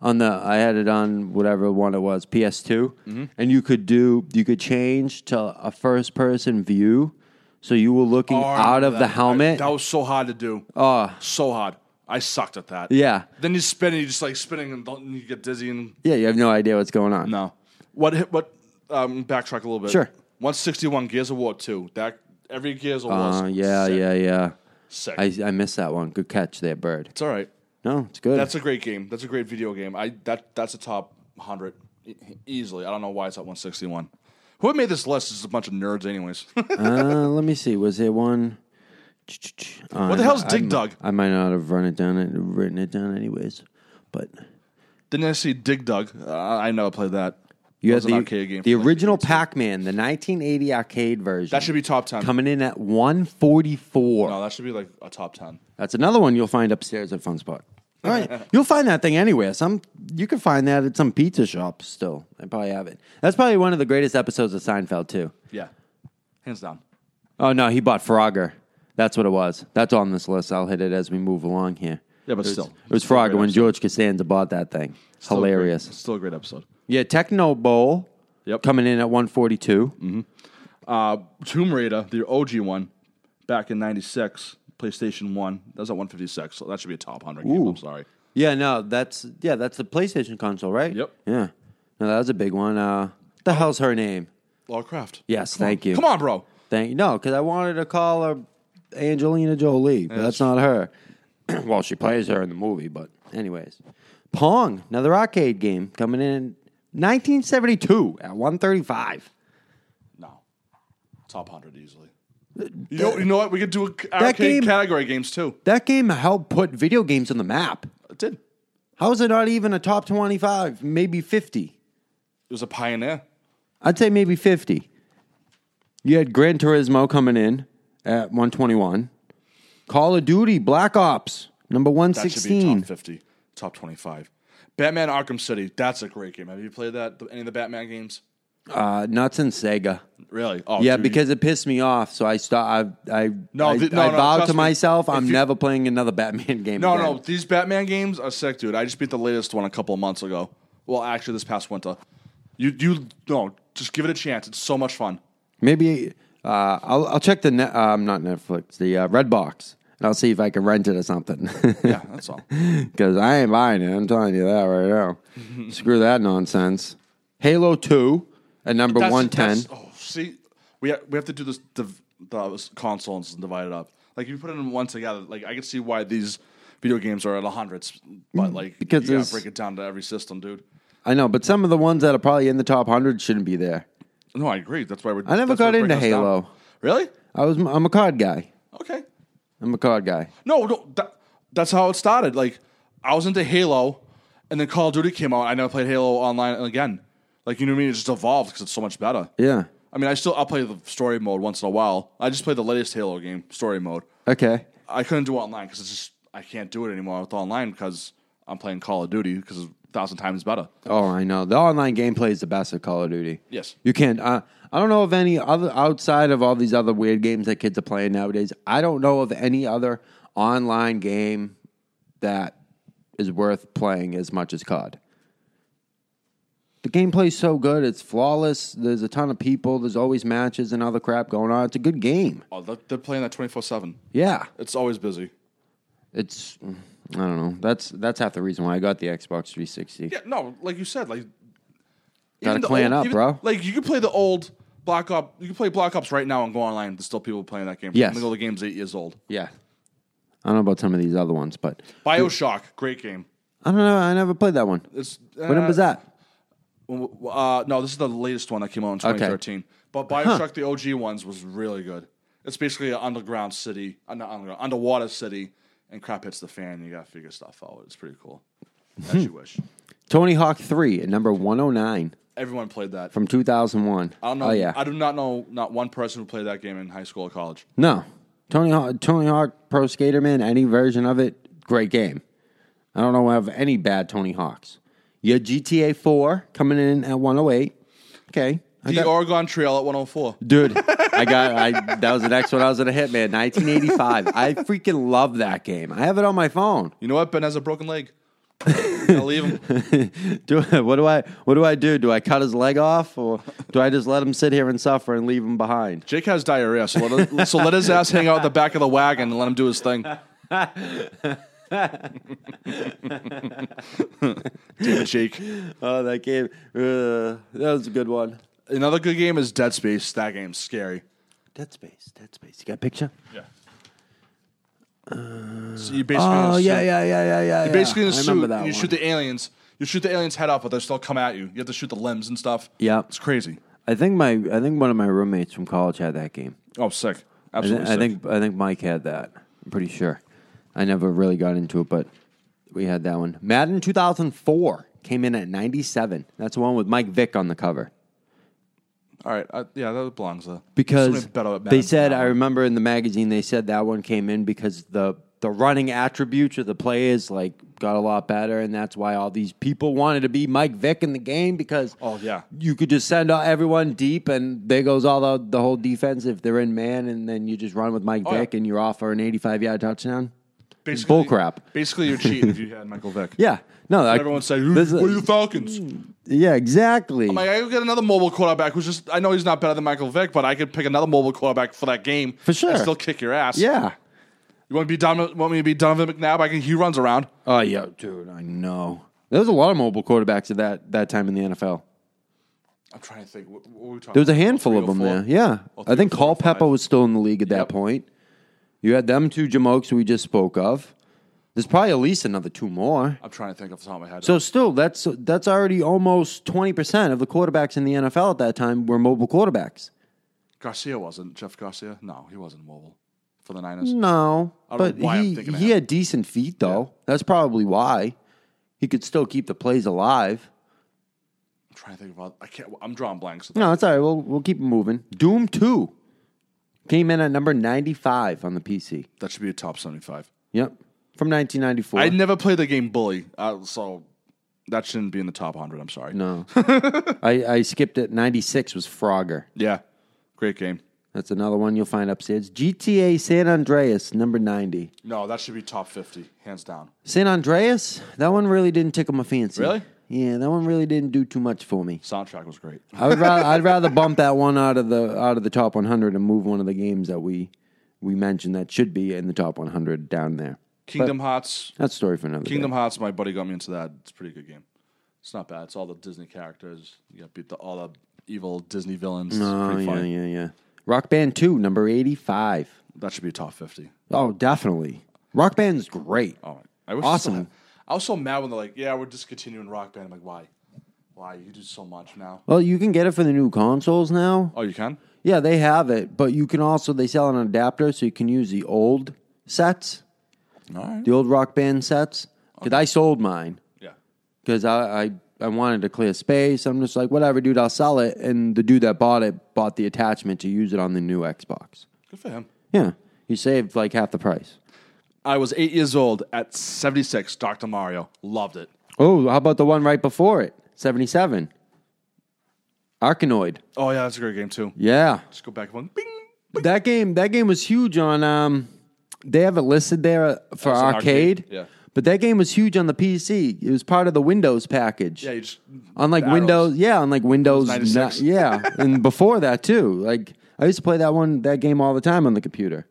on the I had it on whatever one it was PS2, Mm-hmm. and you could do you could change to a first person view, so you were looking Oh, I out remember of the that. helmet. Ah. that was so hard to do. Oh, so hard. I sucked at that. Yeah. Then you spin and you just like spinning and, don't, and you get dizzy and yeah, you have no idea what's going on. no. What hit? What? Um, backtrack a little bit. Sure. One sixty one Gears of War two. That every Gears of War. Uh, is yeah, sick, yeah, yeah. Sick. I I missed that one. Good catch there, Bird. it's all right. No, it's good. That's a great game. That's a great video game. I that that's a top hundred e- easily. I don't know why it's at one sixty one. Who made this list is a bunch of nerds, anyways. what uh, let me see. Was it one? What the hell's Dig Dug? I might not have run it down and written it down anyways, but Didn't I see Dig Dug? Uh, I never played that. you That had was the an arcade game. the from, like, original Pac-Man, the 1980 arcade version. that should be top ten. coming in at 144. No, that should be like a top ten. That's another one you'll find upstairs at Fun Spot. All right, you'll find that thing anywhere. Some you can find that at some pizza shop. Still, I probably have it. That's probably one of the greatest episodes of Seinfeld too. Yeah, hands down. Oh no, he bought Frogger. That's what it was. That's on this list. I'll hit it as we move along here. Yeah, it but was, still. it was Still a Frogger great when episode. George Costanza bought that thing. Still a great- Hilarious. still a great episode. Yeah, Techno Bowl. Yep. Coming in at 142. Uh, Tomb Raider, the OG one, back in '96, PlayStation One. That was at 156. So that should be a top hundred game. I'm sorry. Yeah, no, that's yeah, that's the PlayStation console, right? Yep. Yeah. No, that was a big one. Uh, the hell's her name? Lara Croft. Yes, thank you. Come on, bro. Thank you. No, because I wanted to call her Angelina Jolie, but that's not her. well, she plays her in the movie, but anyways. Pong, another arcade game coming in 1972 at 135. No, top hundred easily. You know, you know what? We could do a arcade game- category games too. That game helped put video games on the map. It did. It How is it not even a top 25, maybe 50? was a pioneer. I'd say maybe 50. You had Gran Turismo coming in at 121. Call of Duty Black Ops, number That should be 116. top fifty, top twenty-five. Batman: Arkham City. That's a great game. Have you played that? Any of the Batman games? Uh, nuts and Sega. Really? Oh, Yeah, dude, you- because it pissed me off. So I stop. I I, No, I, th- no, I no, vowed trust to me. myself, If I'm you- never playing another Batman game. No, again. no, these Batman games are sick, dude. I just beat the latest one a couple of months ago. Well, actually, this past winter. You, you, no, just give it a chance. It's so much fun. Maybe Uh, I'll, I'll check the net, um, not Netflix, the uh, Redbox, and I'll see if I can rent it or something. Yeah, that's all. Because I ain't buying it. I'm telling you that right now. Screw that nonsense. Halo 2 at number That's- 110. that's- Oh, see, we ha- we have to do this div- the consoles and divide it up. Like if you put them one together, like I can see why these video games are at hundreds, but like Mm, because you gotta there's- break it down to every system, dude. I know, but some of the ones that are probably in the top 100 shouldn't be there. No, I agree. That's why we're. I never that's why got we're breaking into this down. Halo. Really? I was, I'm a COD guy. Okay. I'm a COD guy. No, no, that, that's how it started. Like I was into Halo, and then Call of Duty came out. I never played Halo online again. Like you know what I mean? It just evolved because it's so much better. Yeah. I mean, I still I'll play the story mode once in a while. I just play the latest Halo game, story mode. Okay. I couldn't do online because it's just I can't do it anymore with online because I'm playing Call of Duty because it's a thousand times better. Oh, I know. The online gameplay is the best of Call of Duty. Yes. You can't. Uh, I don't know of any other outside of all these other weird games that kids are playing nowadays. I don't know of any other online game that is worth playing as much as COD. The gameplay's so good; it's flawless. There's a ton of people. There's always matches and other crap going on. It's a good game. Oh, they're- they're playing that twenty four seven. Yeah, It's always busy. it's. I don't know. That's that's half the reason why I got the Xbox 360. Yeah, no, like you said, like Gotta even the clan old- up, even- bro. Like you can play the old Black Ops, you can play Black Ops right now and go online. There's still people playing that game. Yes. the middle of the game's eight years old. Yeah, I don't know about some of these other ones, but Bioshock, great game. I don't know. I never played that one. It's When uh, was that? Uh, no, this is the latest one that came out in 2013. But Bioshock, the OG ones, was really good. It's basically an underground city, uh, not underground, underwater city, and crap hits the fan. You gotta figure stuff out. It's pretty cool. As you wish. Tony Hawk 3 at number 109 Everyone played that. from 2001. I don't know. Oh, yeah. I do not know not one person who played that game in high school or college. no. Tony Hawk, Tony Hawk Pro Skater Man, any version of it, great game. I don't know of any bad Tony Hawks. Your GTA 4 coming in at 108. Okay. I The got, Oregon Trail at 104. dude, I got I that was the next one I was gonna hit, man. 1985. I freaking love that game. I have it on my phone. You know what? Ben has a broken leg. I'll leave him. Do what do I what do I do? Do I cut his leg off or do I just let him sit here and suffer and leave him behind? Jake has diarrhea, so let, so let his ass hang out the back of the wagon and let him do his thing. Damn it, Jake. Oh, that game. Uh, that was a good one. Another good game is Dead Space. That game's scary. Dead Space. Dead Space. You got a picture? Yeah. Uh, So you basically Oh, yeah, in a suit- yeah, yeah, yeah, yeah. You're basically yeah. in a I suit. remember and that you one. shoot the aliens. You shoot the aliens head off, but they still come at you. You have to shoot the limbs and stuff. Yeah. it's crazy. I think my I think one of my roommates from college had that game. Oh, sick! I, thi- Absolutely. I sick. think I think Mike had that. I'm pretty sure. I never really got into it, but we had that one. Madden 2004 came in at 97. That's the one with Mike Vick on the cover. All right. I, yeah, that belongs there. because Somebody better at they Madden said than I I am. remember in the magazine they said that one came in because the the running attributes of the players like got a lot better and that's why all these people wanted to be Mike Vick in the game because Oh, yeah. you could just send all- everyone deep and there goes all the the whole defense if they're in man and then you just run with Mike Oh, yeah. Vick and you're off for an 85 yard touchdown. basically, bull crap. Basically, you're cheating if you had Michael Vick. Yeah, no, I, Everyone say, this is- "What are the Falcons?" yeah, exactly. Like I could get another mobile quarterback who's just I know he's not better than Michael Vick, but I could pick another mobile quarterback for that game. For sure. And still kick your ass. yeah. You want to be Donovan, want me to be Donovan McNabb? I can he runs around. Oh yeah, dude, I know. There was a lot of mobile quarterbacks at that that time in the NFL. I'm trying to think. What, what were we talking There was a about? handful of them 304? there. Yeah. Or I think 304 or Culpepper five. was still in the league at that Yep. point. You had them two Jamokes we just spoke of. There's probably at least another two more. I'm trying to think off the top of my head. So still that's that's already almost 20% of the quarterbacks in the NFL at that time were mobile quarterbacks. Garcia wasn't Jeff Garcia. No, he wasn't mobile for the Mm. Niners. No. I don't But know why I'm he thinking of he him. had decent feet though. That's probably why he could still keep the plays alive. I'm trying to think about. I can't. I'm drawing blanks. No, it's all right. We'll we'll keep moving. Doom 2 came in at number 95 on the PC. That should be a top 75. Yep. From 1994. I never played the game Bully, uh, so that shouldn't be in the top 100. I'm sorry. No. I, I skipped it. 96 was Frogger. Yeah, great game. That's another one you'll find upstairs. GTA San Andreas, number 90. No, that should be top 50, hands down. San Andreas? That one really didn't tickle my fancy. Really? yeah, that one really didn't do too much for me. Soundtrack was great. I would rather I'd rather bump that one out of the out of the top 100 and move one of the games that we we mentioned that should be in the top 100 down there. Kingdom Hearts. That's a story for another Kingdom day. Hearts. My buddy got me into that. It's a pretty good game. It's not bad. It's all the Disney characters. You got beat the, all the evil Disney villains. It's Oh pretty yeah, funny. yeah, yeah. Rock Band 2, number 85. That should be top fifty. Oh, definitely. Rock Band's great. Oh, I Awesome. wish I, still had- I was so mad when they're like, "Yeah, we're discontinuing Rock Band." I'm like, "Why? Why you do so much now?" Well, you can get it for the new consoles now. Oh, you can. Yeah, they have it, but you can also they sell an adapter so you can use the old sets, All right. the old Rock Band sets. Because I sold mine Yeah. because I, I I wanted to clear space. I'm just like whatever, dude. I'll sell it. And the dude that bought it bought the attachment to use it on the new Xbox. Good for him. Yeah, he saved like half the price. I was eight years old at 76, Dr. Mario. Loved it. Oh, how about the one right before it, seventy seven, Arkanoid. Oh, yeah, that's a great game, too. Yeah, Just go back one. Bing! That game, that game was huge on. Um, they have it listed there for As an arcade, arcade, yeah. But that game was huge on the PC. It was part of the Windows package. Yeah, you just. on like the arrows. Windows, yeah, on like Windows, 96. ni- yeah, and before that too. Like I used to play that one, that game all the time on the computer.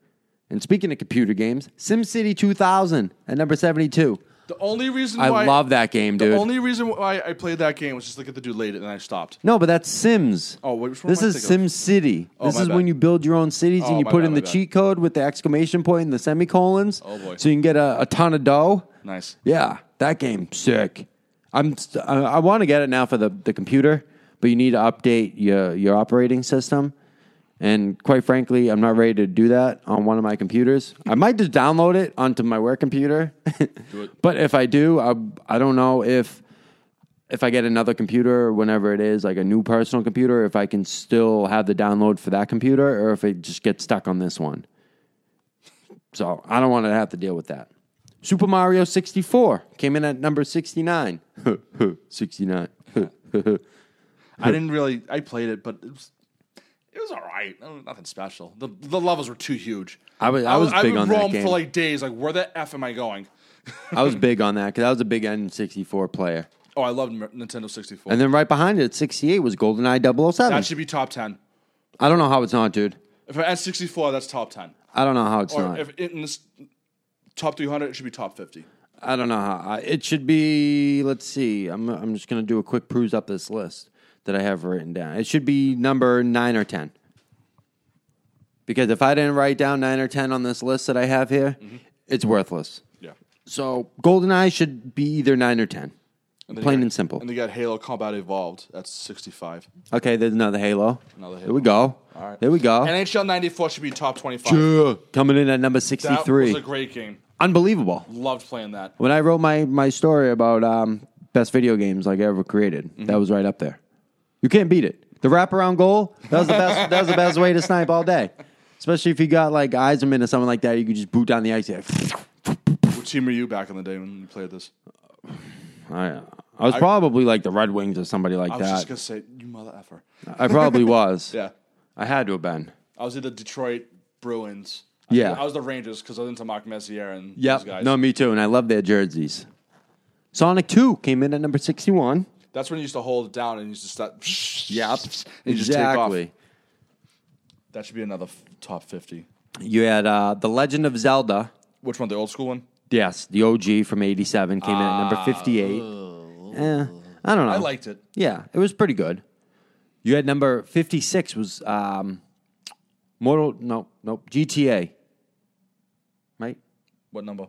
And speaking of computer games, SimCity 2000 at number 72. The only reason I why. love that game, The dude. only reason why I played that game was just to get the dude late and I stopped. no, but that's Sims. Oh, which one This am I is thinking of? SimCity. this Oh, my is bad. when you build your own cities and Oh, you my put bad, in my the bad. cheat code with the exclamation point and the semicolons. Oh, boy. So you can get a, a ton of dough. Nice. Yeah, that game sick. I'm st- I, I want to get it now for the, the computer, but you need to update your your operating system. And quite frankly, I'm not ready to do that on one of my computers. I might just download it onto my work computer. Do it. But if I do, I I don't know if if I get another computer or whenever it is, like a new personal computer, if I can still have the download for that computer or if it just gets stuck on this one. So I don't want to have to deal with that. Super Mario 64 came in at number 69. 69. I didn't really. I played it, but it was. It was all right. No- Nothing special. The, the levels were too huge. I was- I was big would on that roam game. for like days. Like, where the f am I going? I was big on that because I was a big N64 player. Oh, I loved Mer- Nintendo sixty four. And then right behind it at 68 was GoldenEye 007. That should be top ten. I don't know how it's not, dude. If I had sixty four, that's top ten. I don't know how it's Or not. if it, in this top 300, it should be top 50. I don't know how. I, it should be. Let's see. I'm I'm just gonna do a quick peruse up this list that I have written down. It should be number nine or ten. Because if I didn't write down nine or ten on this list that I have here, Mm-hmm. it's worthless. Yeah. So GoldenEye should be either nine or ten. they Plain got- and simple. And they got Halo Combat Evolved. That's 65. Okay, there's another Halo. Another There we Halo. go. All right. There we go. NHL 94 should be top 25. Yeah. Coming in at number that sixty-three. was a great game. Unbelievable. Loved playing that. When I wrote my my story about um, best video games like I ever created, Mm-hmm. that was right up there. You can't beat it. The wraparound goal that was the best. that was the best way to snipe all day, especially if you got like Eisenman or someone like that. You could just boot down the ice. Yeah. What team were you back in the day when you played this? I, I was probably like the Red Wings or somebody like I was that. just going to say, you mother effer. I probably was. Yeah. I had to have been. I was either Detroit Bruins. Yeah. I was the Rangers because I was into Mark Messier and those Yep. guys. No, me too. And I love their jerseys. Sonic Two came in at number sixty-one. That's when you used to hold it down and you used to start. Exactly. And you just take off. That should be another f- top 50. You had uh, the Legend of Zelda. Which one? The old school one? Yes, the OG from '87 came in at number 58. Eh, I don't know. Ah. I liked it. Yeah, it was pretty good. You had number 56 was um, Mortal. No, nope. GTA. Right? What number?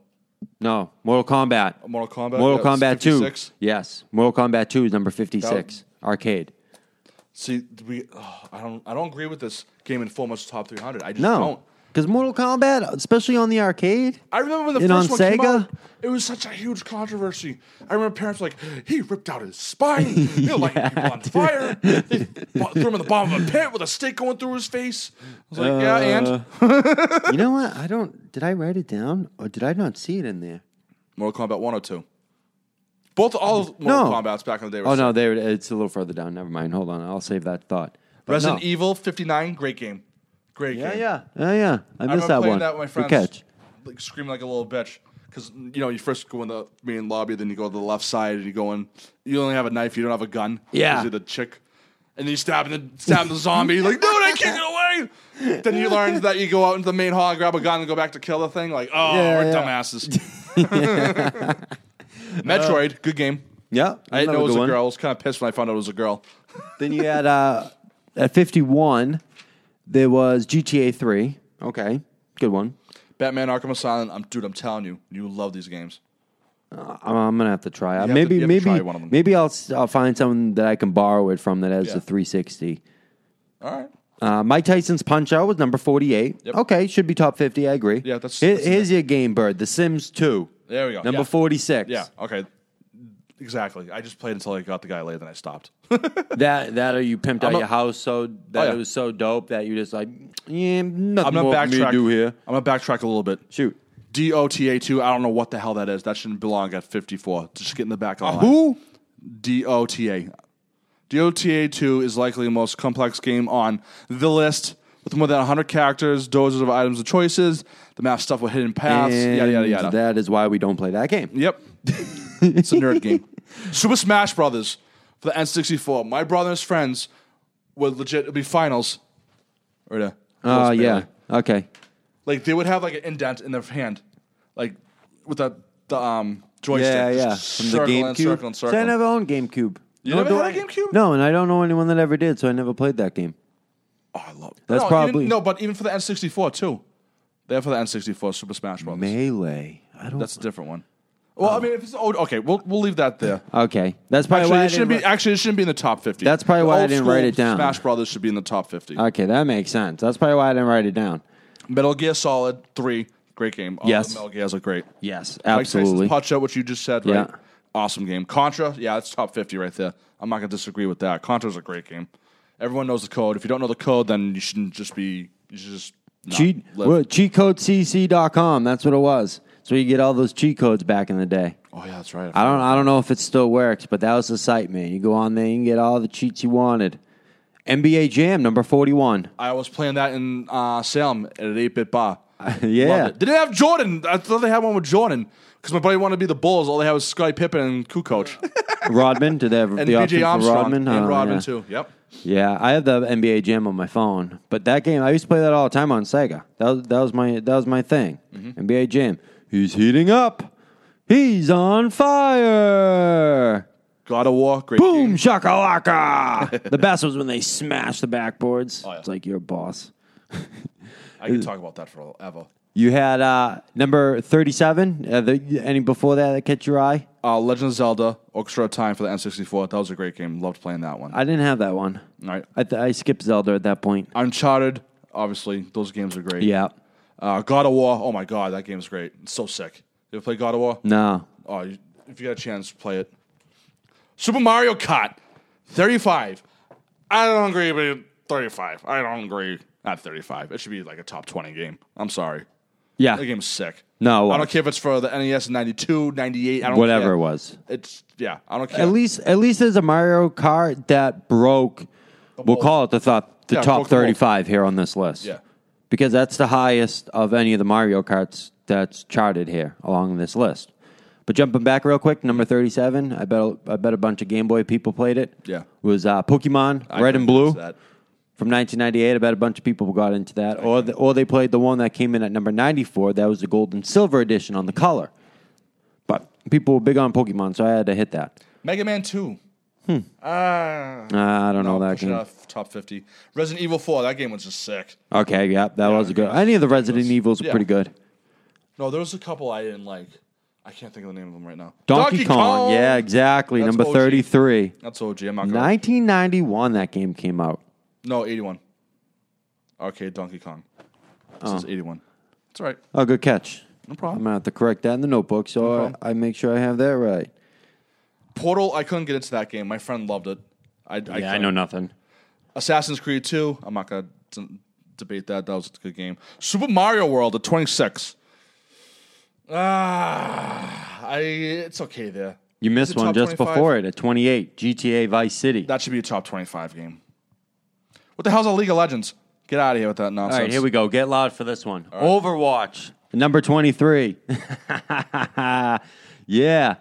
No, Mortal Kombat. Mortal Kombat. Mortal Oh, Yeah, it's Kombat 56. 2. Yes, Mortal Kombat 2 is number 56. Arcade. See, we. Oh, I don't. I don't agree with this Game Informer's top 300. I just don't. No, because Mortal Kombat, especially on the arcade. I remember when the And first on one came Sega? out. It was such a huge controversy. I remember parents were like, he ripped out his spine. He was lighting people on fire. They bo- threw him in the bottom of a pit with a stake going through his face. I was like, yeah, Uh, and you know what? I don't. Did I write it down or did I not see it in there? Mortal Kombat 102. Both all of Mortal No. Kombat's back in the day. Were Oh no, there it- it's a little further down. Never mind. Hold on, I'll save that thought. But Resident no. Evil 59, great game. Great Yeah, game. yeah, yeah, yeah. I I missed remember that playing one. that with my Good friends. catch. Like screaming like a little bitch. because you know you first go in the main lobby, then you go to the left side, and you go in. You only have a knife. You don't have a gun. Yeah. 'cause you're the chick, and then you stab the stab the zombie. You're like, dude, I can't get away. Then you learn that you go out into the main hall, grab a gun, and go back to kill the thing. Like, oh, Yeah, we're yeah. dumbasses. Metroid, good game. Yeah, I didn't know it another was a good one. girl. I was kind of pissed when I found out it was a girl. Then you had uh, at fifty one, there was GTA three. Okay, good one. Batman: Arkham Asylum. I'm dude. I'm telling you, you love these games. I'm, I'm gonna have to try. out. to- maybe you have to maybe try one of them. maybe I'll s- I'll find someone that I can borrow it from that has Yeah. a three sixty. All right. Uh, Mike Tyson's Punch Out was number 48. Yep. Okay, should be top 50. I agree. Yeah, that's- Here- that's- here's your game bird The Sims 2. There we go. Number Yeah. 46. Yeah. Okay. Exactly. I just played until I got the guy late, then I stopped. That that or you pimped out not- your house so that Oh, yeah. it was so dope that you just like, yeah, nothing I'm gonna more for me backtrack. to do here. I'm gonna backtrack a little bit. Shoot. DOTA two. I don't know what the hell that is. That shouldn't belong at 54. Just get in the back of Uh, the line. Who? DOTA. DOTA 2 is likely the most complex game on the list with more than 100 characters, dozens of items and choices, the map stuff with hidden paths, yada, yada, And yada. That is why we don't play that game. Yep. it's a nerd game. Super Smash Brothers for the N64. My brother and his friends would legit it'd be finals. Right there. Oh, Close, yeah. barely. Okay. Like they would have like an indent in their hand. Like with the the um joystick. Yeah, just yeah. From the Circle and GameCube. circle and circle. See, I never owned GameCube. You never had a GameCube? No, and I don't know anyone that ever did, so I never played that game. Oh, I love That's no, probably- even, no, but even for the N64 too. They have for the N64 Super Smash Brothers. Melee. I don't. That's a different one. Well, I mean, if it's old, okay, we'll we'll leave that there. okay. That's probably Actually, why I it shouldn't didn't- be. Actually, it shouldn't be in the top fifty. That's probably The why I old didn't write school it down. Smash Brothers should be in the top fifty. Okay, that makes sense. That's probably why I didn't write it down. Metal Gear Solid Three, great game. All Yes. the Metal Gears are great. Yes, Mike Tyson's absolutely. Punch Out, what you just said, right? Yeah. Awesome game. Contra, yeah, that's top fifty right there. I'm not gonna disagree with that. Contra's a great game. Everyone knows the code. If you don't know the code, then you shouldn't just be. You should just not Cheat, live. well, cheatcodecc.com. That's what it was. So you get all those cheat codes back in the day. Oh yeah, that's right. I don't, I don't know if it still works, but that was the site, man. You go on there, you can get all the cheats you wanted. NBA Jam number forty-one. I was playing that in uh, Salem at an 8 bit bar. Loved yeah. it. They didn't have Jordan. I thought they had one with Jordan because my buddy wanted to be the Bulls. All they had was Scottie Pippen and Kukoc. Rodman. Did they have And the option BJ for Armstrong. Rodman? And Oh, Rodman, yeah. too. Yep. Yeah, I have the NBA Jam on my phone, but that game I used to play that all the time on Sega. That was, that was my that was my thing. Mm-hmm. NBA Jam. He's heating up. He's on fire. God of War, great game. Boom shakalaka. the best was when they smashed the backboards. Oh, yeah. It's like your boss. I can talk about that forever. You had uh, number thirty-seven. Uh, the, any before that that catch your eye? Uh, Legend of Zelda, Orchestra of Time for the N64. That was a great game. Loved playing that one. I didn't have that one. All right. I, th- I skipped Zelda at that point. Uncharted, obviously. Those games are great. Yeah. Uh, God of War, oh my God, that game's great. It's so sick. You ever play God of War? No. Oh, you, if you got a chance, play it. Super Mario Kart, 35. I don't agree with 35. I don't agree at 35. It should be like a top 20 game. I'm sorry. Yeah. That game's sick. No, it I don't was. care if it's for the E NES in 92, 98, I don't Whatever care. it was. It's, yeah, I don't care. At least, at least there's a Mario Kart that broke. We'll call it the top, the Yeah, top broke the mold. 35 here on this list. Yeah. because that's the highest of any of the Mario Karts that's charted here along this list. But jumping back real quick, number 37. I bet, I bet a bunch of Game Boy people played it. Yeah. was uh, Pokemon I Red couldn't and Blue touch that. from 1998. I bet a bunch of people got into that, or the, or they played the one that came in at number 94. That was the gold and silver edition on the color. But people were big on Pokemon, so I had to hit that. Mega Man 2. Hmm. Uh, Uh, I don't know that push it game. off top 50. Resident Evil 4, that game was just sick. Okay, yeah, that was a good. Any of the Resident Evils were Yeah. pretty good. No, there was a couple I didn't like. I can't think of the name of them right now. Donkey, Kong, yeah, exactly. That's number OG. 33. That's OG. I'm not gonna 1991, that game came out. No, 81. Okay, Donkey Kong. This is 81. That's all right. Oh, good catch. No Oh. I'm problem. gonna have to correct that in the notebook, so problem. I, I make sure I have that right. Portal, I couldn't get into that game. My friend loved it. I, I, Yeah, I couldn't. know nothing. Assassin's Creed 2, I'm not going to debate that. That was a good game. Super Mario World at 26. Ah, I, it's okay there. You missed Is it one top just 25? before it at 28. GTA Vice City. That should be a top 25 game. What the hell's a League of Legends? Get out of here with that All nonsense. right, here we go. Get loud for this one. Overwatch Number 23. yeah.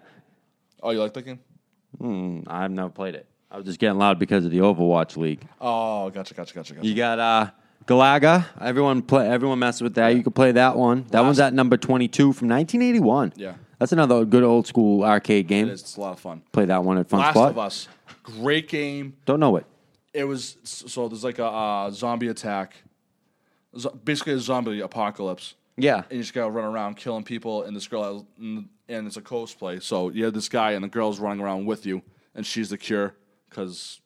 Oh, you like that game? I've never played it. I was just getting loud because of the Overwatch League. Oh, gotcha, gotcha, gotcha, gotcha. You got uh, Galaga. Everyone play. Everyone messes with that. You can play that one. That one's at number 22 from 1981. Yeah. That's another good old school arcade game. It is. It's a lot of fun. Play that one at Fun Last Spot. of Us, great game. Don't know it. It was so there's like a uh, zombie attack, Zo- basically a zombie apocalypse. Yeah. and you just gotta run around killing people. And this girl, and it's a cosplay, so you have this guy, and the girl's running around with you, and she's the cure because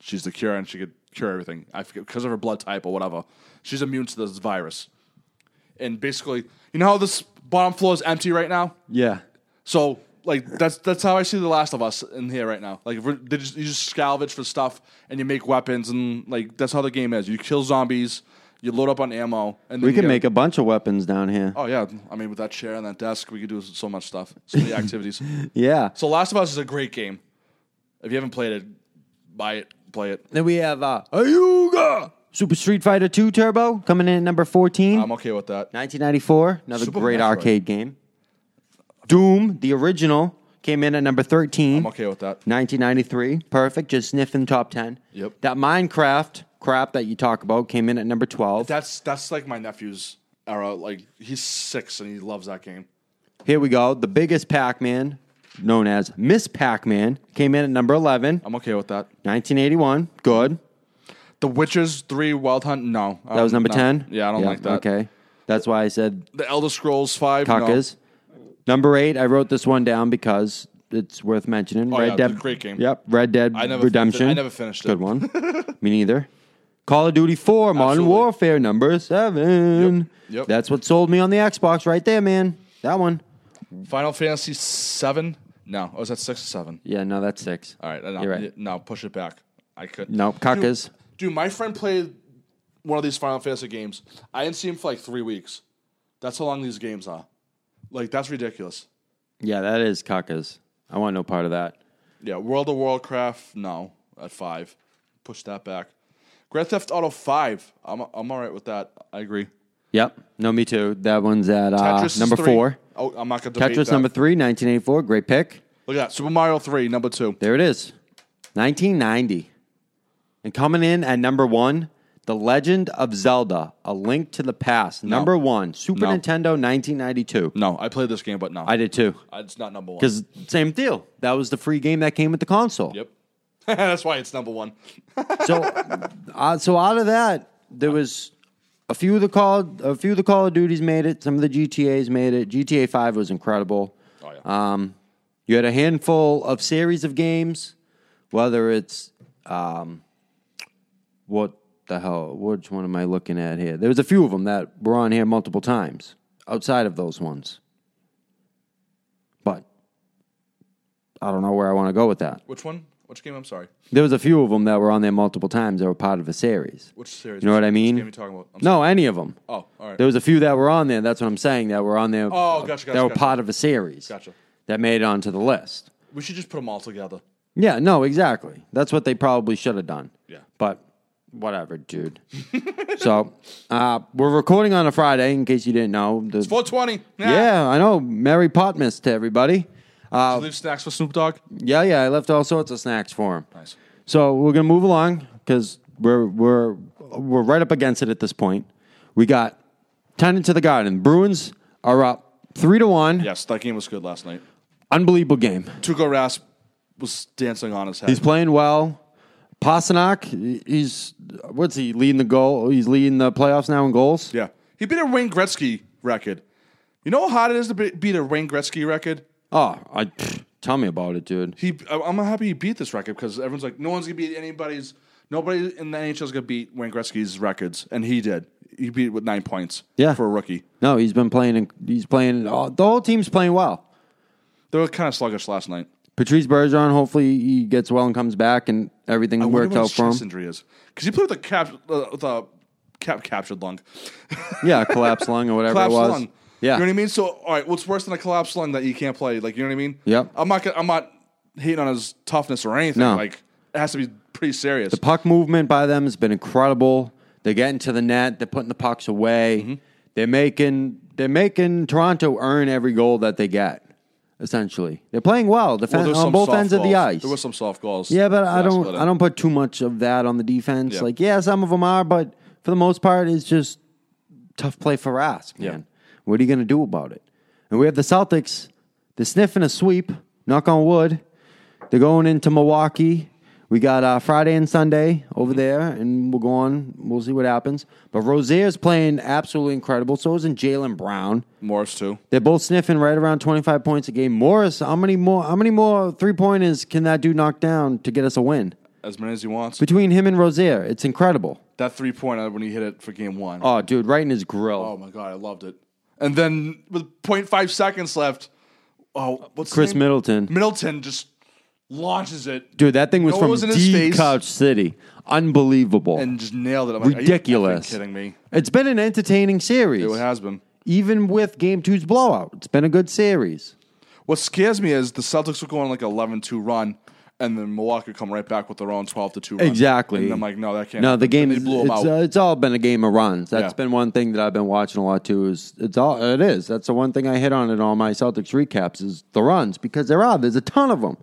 she's the cure, and she could cure everything. I forget because of her blood type or whatever. She's immune to this virus, and basically, you know how this bottom floor is empty right now. Yeah. So like that's that's how I see The Last of Us in here right now. Like if we're- they just, you just salvage for stuff and you make weapons, and like that's how the game is. You kill zombies. You load up on ammo, and then We you can get- make a bunch of weapons down here. Oh yeah, I mean with that chair and that desk, we could do so much stuff, so many activities. Yeah. So Last of Us is a great game. If you haven't played it, buy it, play it. Then we have uh, Ayuga Super Street Fighter 2 Turbo coming in at number 14. I'm okay with that. 1994, another Um, Super great Metroid. arcade game. Doom, the original, came in at number 13. I'm okay with that. 1993, perfect, just sniffing top 10. Yep. That Minecraft crap that you talk about came in at number 12. That's that's like my nephew's era. Like he's six and he loves that game. Here we go. The biggest Pac Man, known as Miss Pac Man, came in at number 11. I'm okay with that. 1981, good. The Witcher's Three Wild Hunt. No, That was number 10? Yeah, I don't like that. Okay. That's why I said The Elder Scrolls Five. no. Kakas. Number eight, I wrote this one down because it's worth mentioning. Oh, Red yeah, Dead, it's a great game. Yep, Red Dead I never Redemption. finished it. I never finished it. Good one. Me neither. Call of Duty Four, Modern Absolutely. Warfare, number seven. Yep, yep. That's what sold me on the Xbox, right there, man. That one. Final Fantasy Seven. No, oh, is that six or seven? Yeah, no, that's six. All right, no, You're right. yeah, no, push it back. I could No, Kakas. Dude, my friend played one of these Final Fantasy games. I didn't see him for like three weeks. That's how long these games are. Like, that's ridiculous. Yeah, that is Kakas. I want no part of that. Yeah, World of Warcraft, no, at five. Push that back. Grand Theft Auto 5, I'm, I'm all right with that. I agree. Yep. No, me too. That one's at uh, is number three. four. Oh, I'm not going to debate Tetris that. number three, 1984. Great pick. Look at that. Super Mario 3, number two. There it is. 1990. And coming in at number one, The Legend of Zelda, A Link to the Past. Number one, Super No. Nintendo 1992. No, I played this game, but no. I did too. it's not number one. Because same deal. That was the free game that came with the console. Yep. that's why it's number one. So, uh, so out of that, there was a few of the call, a few of the Call of Duties made it. Some of the GTA's made it. GTA Five was incredible. Oh, yeah. Um, you had a handful of series of games, whether it's um, what the hell? Which one am I looking at here? There was a few of them that were on here multiple times. Outside of those ones, but I don't know where I want to go with that. Which one? Which game? I'm sorry. There was a few of them that were on there multiple times that were part of a series. Which series? You know what I mean? Which game are you talking about? I'm No, any of them. sorry. Oh, all right. There was a few that were on there. That's what I'm saying. That were on there. Oh, gotcha, That gotcha, were gotcha. part of a series. Gotcha. That made it onto the list. We should just put them all together. Yeah, no, exactly. That's what they probably should have done. Yeah. But whatever, dude. so uh, we're recording on a Friday, in case you didn't know. The- 420. yeah, I know. Merry Potmas to everybody. Uh, Leave snacks for Snoop Dogg. yeah, yeah, I left all sorts of snacks for him. Nice. So we're gonna move along because we're we're we're right up against it at this point. We got ten into the garden. Bruins are up three to one. Yes, that game was good last night. Unbelievable game. Tuco Rasp was dancing on his head. He's playing well. Pasternak, he- he's what's he leading the goal? He's leading the playoffs now in goals. yeah. He beat a Wayne Gretzky record. You know how hard it is to be- beat a Wayne Gretzky record? Oh, I pfft, tell me about it, dude. He, I- I'm happy he beat this record because everyone's like, no one's going to beat anybody's, nobody in the NHL is going to beat Wayne Gretzky's records. And he did. He beat it with nine points Yeah. for a rookie. No, he's been playing. in- He's playing. oh, the whole team's playing well. They were kind of sluggish last night. Patrice Bergeron, hopefully he gets well and comes back, and everything I wonder works what out his for him. chest injury is. Because he played with a, cap, uh, with a cap captured lung. yeah, collapse lung or whatever collapsed it was. lung. Yeah, you know what I mean. So, all right, what's worse than a collapsed lung that you can't play? Like, you know what I mean? Yep. I'm not. gonna- I'm not hating on his toughness or anything. No. Like, it has to be pretty serious. Mm-hmm. The puck movement by them has been incredible. They're getting to the net. They're putting the pucks away. They're making they're making Toronto earn every goal that they get. Essentially, they're playing well. Well, Defense there's on some both soft ends of the goals. ice. There were some soft goals. Yeah, but I last don't. minute. I don't put too much of that on the defense. Yeah. Like, yeah, some of them are, but for the most part, it's just tough play for us, man. What are you going to do about it? And we have the Celtics. They're sniffing a sweep. Knock on wood. They're going into Milwaukee. We got uh, Friday and Sunday over there, and we'll go on. We'll see what happens. But Rozier's playing absolutely incredible. So isn't Jalen Brown. Morris too. They're both sniffing right around 25 points a game. Morris, how many more how many more three pointers can that dude knock down to get us a win? As many as he wants. Between him and Rozier, it's incredible. that three pointer when he hit it for game one. Oh, dude, right in his grill. Oh my god, I loved it. And then with 0.5 seconds left, oh, what's his Chris name? Middleton. Middleton just launches it Dude, that thing was No, it from was in his deep face. couch city. Unbelievable. and just nailed it. I'm like, are you Ridiculous. effing kidding me? It's been an entertaining series. It has been. Even with game two's blowout. It's been a good series. What scares me is the Celtics will go on like 11-2 run, and then Milwaukee come right back with their own 12-2 run. Exactly. And I'm like, no, that can't. No, the happen. game And they blew them it's, out. uh, it's all been a game of runs. That's Yeah. been one thing that I've been watching a lot too. Is it's all it is. That's the one thing I hit on in all my Celtics recaps is the runs because there are there's a ton of them,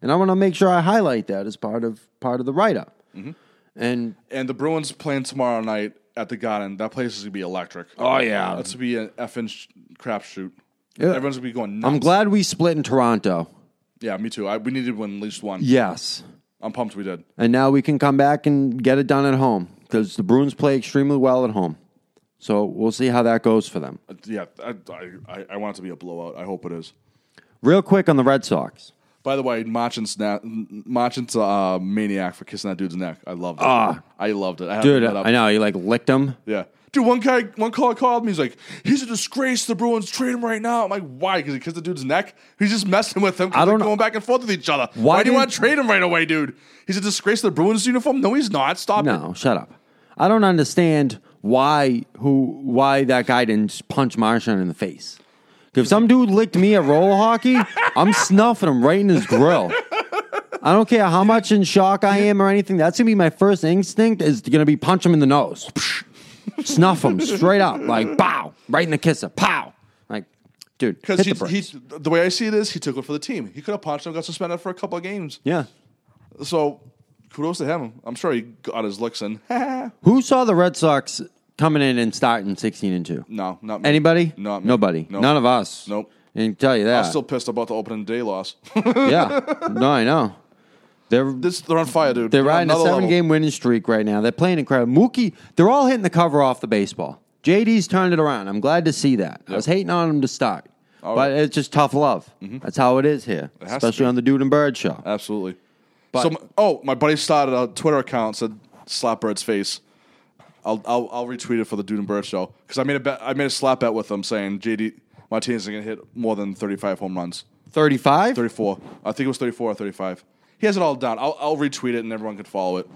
and I want to make sure I highlight that as part of part of the write up. Mm-hmm. And and the Bruins playing tomorrow night at the Garden. That place is gonna be electric. Oh, yeah. that's gonna be an effing sh- crapshoot. Yeah. Everyone's gonna be going. Nuts. I'm glad we split in Toronto. Yeah, me too. I, we needed to win at least one. Yes, I'm pumped we did. and now we can come back and get it done at home because the Bruins play extremely well at home. So we'll see how that goes for them. Uh, Yeah, I, I, I- I want it to be a blowout. I hope it is. Real quick on the Red Sox. By the way, Machin's na- Machin's a uh, maniac for kissing that dude's neck. I loved it. Ah. I loved it. I had to Dude, look that up. I know you like licked him. Yeah. Dude, one guy, one caller called me. He's like, he's a disgrace. The Bruins trade him right now. I'm like, why? Because he kissed the dude's neck? He's just messing with him. 'cause I don't they're know. going back and forth with each other. Why Why, do you did- want to trade him right away, dude? He's a disgrace to the Bruins uniform. No, he's not. Stop it. No, shut up. I don't understand why who why that guy didn't just punch Marshawn in the face. If some dude licked me at roller hockey, I'm snuffing him right in his grill. I don't care how much in shock I am or anything. That's gonna be my first instinct is gonna be punch him in the nose, snuff him straight up, like bow, right in the kisser, pow. Like, dude, hit Because the he, brakes. he, the way I see it is, he took it for the team. He could have punched him, got suspended for a couple of games. yeah. So kudos to him. I'm sure he got his licks in. Who saw the Red Sox coming in and starting sixteen and two? no, not me. Anybody? Not me. Nobody. Nope. None of us. Nope. I can tell you that. I'm still pissed about the opening day loss. yeah. No, I know. They're this, they're on fire, dude. they're On riding a another seven level. game winning streak right now. They're playing incredible. Mookie, they're all hitting the cover off the baseball. JD's turned it around. I'm glad to see that. I was hating on him to start, All but right. Mm-hmm. it's just tough love. That's how it is here, has to especially be. Uh, on the Dude and Bird show. Absolutely. But- so, my, oh, my buddy started a Twitter account said Slapbird's face. I'll, I'll I'll retweet it for the Dude and Bird show because I made a bet. I made a slap bet with him saying JD Martinez is going to hit more than thirty five home runs. 35? Thirty four. I think it was thirty four or thirty five. He has it all down. I'll I'll retweet it and everyone can follow it.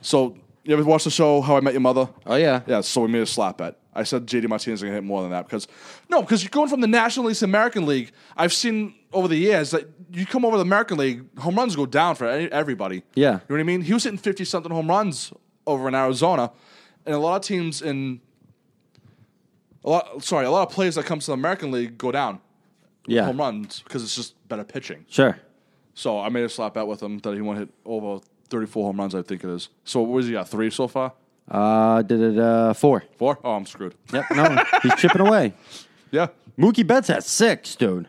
So you ever watch the show How I Met Your Mother? Oh, yeah. Yeah, so we made a slap bet. I said JD Martinez is going to hit more than that because no, because you're going from the National League to American League. I've seen over the years that you come over the American League, home runs go down for any- everybody. Yeah. you know what I mean. He was hitting fifty something home runs over in Arizona, and a lot of teams in a lot sorry, a lot of players that comes to the American League go down Yeah. home runs because it's just better pitching. Sure. So I made a slap bet with him that he won't hit over thirty four home runs. I think it is. So what has he got? Three so far. Uh, did it uh, four. Four? Oh, I'm screwed. Yep. No, he's chipping away. Yeah. Mookie Betts has six, dude.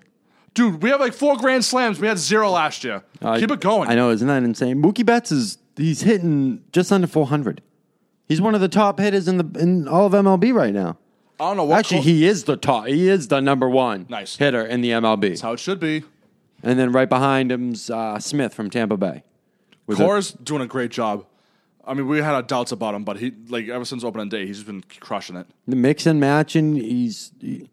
Dude, we have like four grand slams. We had zero last year. Uh, Keep it going. I know, isn't that insane? Mookie Betts is he's hitting just under 400. He's one of the top hitters in the in all of MLB right now. I don't know what Actually, col- he is the top. He is the number one Nice. hitter in the MLB. how it should be. And then right behind him's uh, Smith from Tampa Bay. With a- Cora's doing a great job. I mean, we had our doubts about him, but he like ever since opening day, he's just been crushing it. the mix and matching. He's he-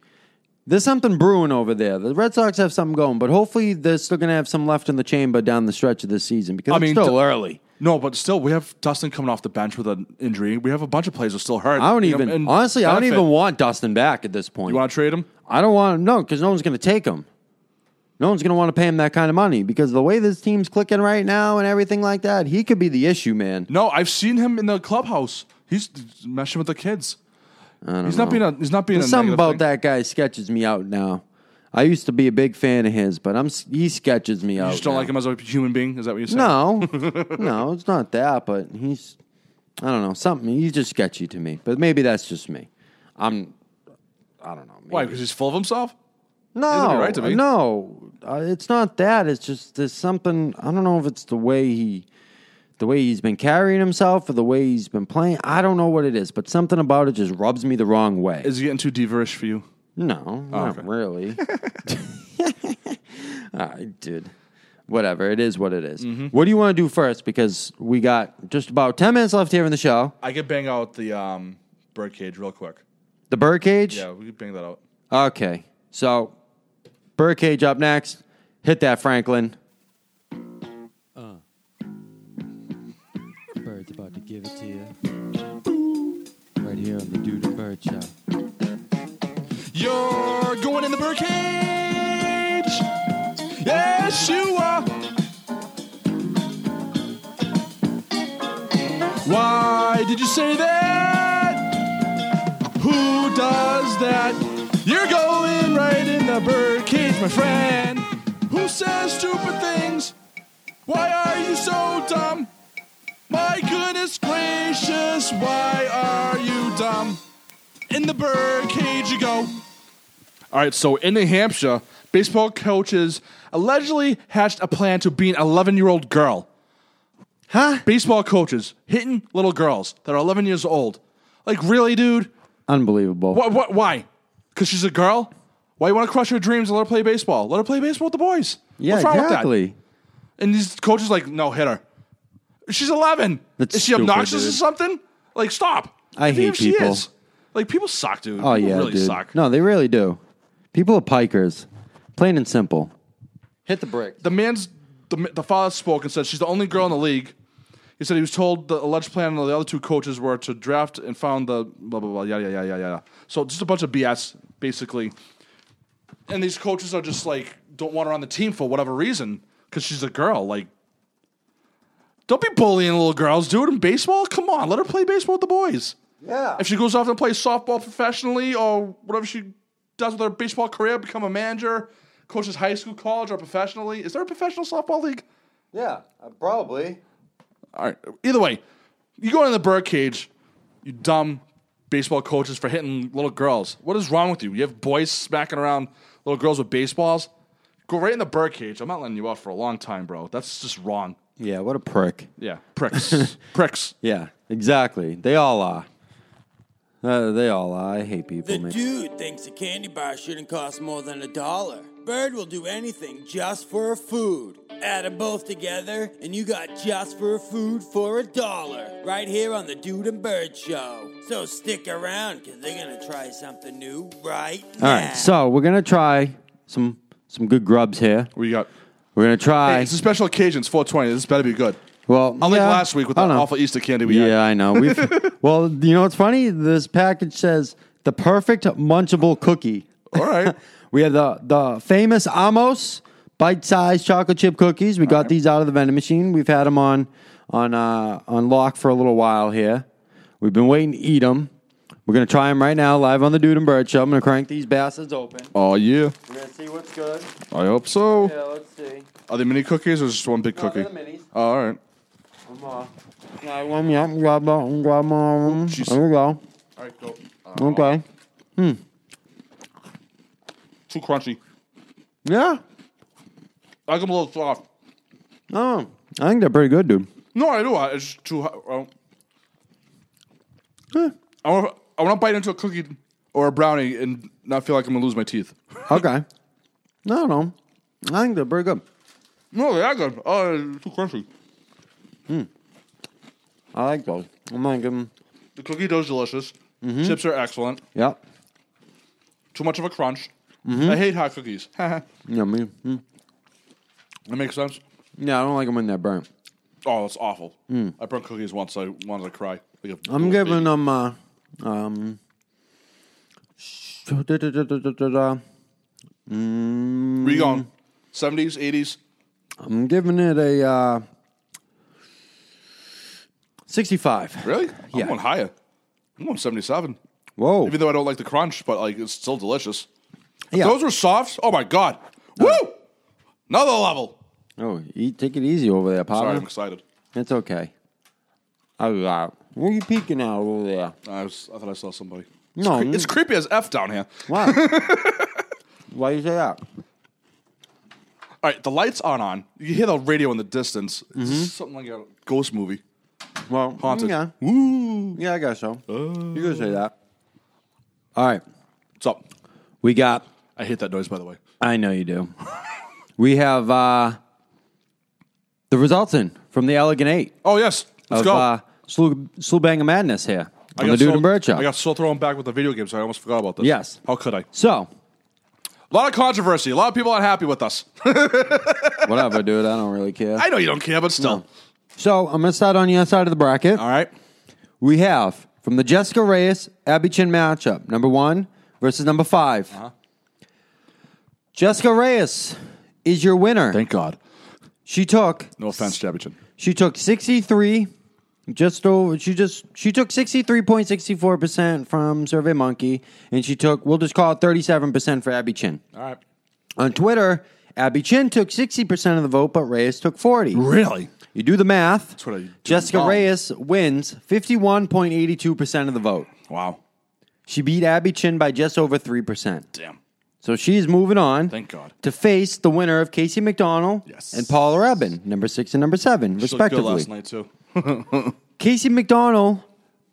there's something brewing over there. The Red Sox have something going, but hopefully they're still going to have some left in the chamber down the stretch of this season because I it's mean, still d- early. No, but still, we have Dustin coming off the bench with an injury. We have a bunch of players who are still hurt. I don't You know, even and honestly. I don't benefit. even want Dustin back at this point. You want to trade him? I don't want him. No, because no one's going to take him. No one's going to want to pay him that kind of money because the way this team's clicking right now and everything like that, he could be the issue, man. No, I've seen him in the clubhouse. He's meshing with the kids. he's not being a he's not being There's a something negative about thing. that guy sketches me out now. I used to be a big fan of his, but I'm s- he sketches me out. You just don't now. like him as a human being. Is that what you're saying? No, no, it's not that. But he's, I don't know, something. He's just sketchy to me. But maybe that's just me. I'm, I don't know. Maybe. Why? Because he's full of himself. No, be right to me. no, uh, it's not that. It's just there's something. I don't know if it's the way he, the way he's been carrying himself, or the way he's been playing. I don't know what it is, but something about it just rubs me the wrong way. Is he getting too diva-ish for you? No, not okay. really. All right, dude. Whatever. It is what it is. Mm-hmm. What do you want to do first? Because we got just about 10 minutes left here in the show. I could bang out the um, birdcage real quick. The birdcage? Yeah, we could bang that out. Okay. So, birdcage up next. Hit that, Franklin. Uh. Bird's about to give it to you. Right here on the Dude and Bird Show. You're going in the birdcage. Yes, you are. Why did you say that? Who does that? You're going right in the birdcage, my friend. Who says stupid things? Why are you so dumb? My goodness gracious, why are you dumb? in the birdcage you go. All right, so in New Hampshire, baseball coaches allegedly hatched a plan to beat an 11 year old girl. Huh? Baseball coaches hitting little girls that are 11 years old. Like, really, dude? Unbelievable. What, what, why? Because she's a girl? Why you want to crush her dreams and let her play baseball? Let her play baseball with the boys. Yeah, What's wrong exactly. with that? And these coaches like, no, hit her. She's 11. That's is she stupid, obnoxious or dude. something? Like, stop. I Even hate if she people. is. Like, people suck, dude. Oh, people yeah. really dude. suck. No, they really do. People are pikers. Plain and simple. Hit the brick. the man's the, the father spoke and said she's the only girl in the league. He said he was told the alleged plan of the other two coaches were to draft and found the blah blah blah yeah yeah yeah yeah yeah. So just a bunch of BS basically. And these coaches are just like don't want her on the team for whatever reason because she's a girl. Like, don't be bullying little girls, dude. In baseball, come on, let her play baseball with the boys. Yeah. If she goes off and plays softball professionally or whatever she does with her baseball career, become a manager, coaches high school, college, or professionally. Is there a professional softball league? Yeah, probably. All right. Either way, you go in the birdcage, you dumb baseball coaches for hitting little girls. What is wrong with you? You have boys smacking around little girls with baseballs? Go right in the birdcage. I'm not letting you out for a long time, bro. That's just wrong. Yeah, what a prick. Yeah. Pricks. Pricks. Yeah, exactly. They all are. Uh, they all are. I hate people, The man. dude thinks a candy bar shouldn't cost more than a dollar. Bird will do anything just for a food. Add them both together, and you got just for a food for a dollar. Right here on the Dude and Bird Show. So stick around, because they're going to try something new right all now. right, so we're gonna try some some good grubs here. What you got? We're gonna try. Hey, it's a special occasion. It's 420. This better be good. well, Unlike yeah, last week with I that don't know. awful Easter candy we Yeah, had. I know. We've, well, you know what's funny? This package says the perfect munchable cookie. All right. We have the the famous Amos bite-sized chocolate chip cookies. We got these out of the vending machine. We've had them on on uh, on lock for a little while here. We've been waiting to eat them. We're gonna try them right now, live on the Dude and Bird Show. I'm gonna crank these bastards open. Oh, yeah. We're gonna see what's good. I hope so. Yeah, let's see. Are they mini cookies or just one big No, cookie? they're the minis. Oh, all right. One more. Yeah, one, yeah, grab that, grab one. jeez. There we go. All right, go. Uh, Okay. Too crunchy. Yeah. I like 'em a little soft. Oh, I think they're pretty good, dude. No, I do. I- It's just too hot. I don't- I want I want to bite into a cookie or a brownie and not feel like I'm gonna lose my teeth. Okay. No, no. I think they're pretty good. No, they are good. Oh, it's too crunchy. I like those. I'm gonna give them. The cookie dough's delicious. Chips are excellent. Yep. Too much of a crunch. I hate hot cookies. that Yummy. Mm. makes sense. Yeah, I don't like them when they're burnt. Oh, that's awful. I burnt cookies once. I wanted to cry. Like a I'm little giving baby. them uh, um, sh- da- da- da- da- da- da- da. Where you going? Mm-hmm. Seventies, eighties. I'm giving it a uh, 65. Really? Yeah. I'm going higher. I'm going seventy-seven. Whoa. Even though I don't like the crunch, but like it's still delicious. If Yeah. Those were softs. Oh my god! Woo! Another level. Oh, eat, take it easy over there, Sorry, I'm Papa. excited. It's okay. I was out. Where you peeking out over there? I, was, I thought I saw somebody. No, Cre- It's creepy as f down here. why? why you say that? All right, the lights aren't on. You hear the radio in the distance. It's something like a ghost movie. Well, Haunted. Yeah, Woo! Uh. yeah I guess so. You could say that. All right, What's up? we got. I hate that noise, by the way. I know you do. we have uh, the results in from the Elegant Eight Oh yes, let's of go. uh, Slew, Slew Bang of Madness here on the got Dude so- and Bird Show. I got so thrown back with the video games. I almost forgot about this. Yes. How could I? A so lot of controversy. A lot of people aren't happy with us. whatever, dude. I don't really care. I know you don't care, but still. so I'm gonna start on the other side of the bracket. All right. We have from the Jessica Reyes Abby Chin matchup, number one versus number 5 Uh-huh. Jessica Reyes is your winner. Thank God. she took No offense, Jabichin. she took sixty three, just over. She just she took sixty three point sixty four percent from SurveyMonkey, and she took we'll just call it thirty seven percent for Abby Chin. All right. On Twitter, Abby Chin took sixty percent of the vote, but Reyes took forty. Really? You do the math. what I do Jessica wrong. Reyes wins fifty one point eighty two percent of the vote. Wow. She beat Abby Chin by just over 3%. Damn. So she's moving on. Thank God. To face the winner of Casey McDonald Yes. and Paula Rubin, number six and number seven, She looked good respectively. last night too. Casey McDonald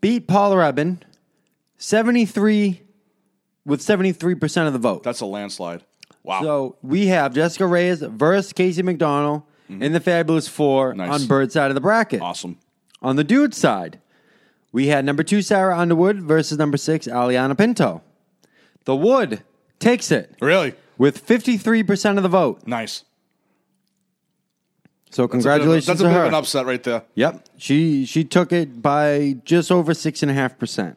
beat Paula Rubin 73 with 73% of the vote. That's a landslide. Wow. so we have Jessica Reyes versus Casey McDonald in the Fabulous Four Mm-hmm. Nice. on Bird's side of the bracket. awesome. On the dude's side, we had number two Sarah Underwood versus number six Aliana Pinto. The Wood takes it Really? with 53% of the vote. Nice. So congratulations That's a bit to of her. an upset right there. Yep. She she took it by just over 6.5%.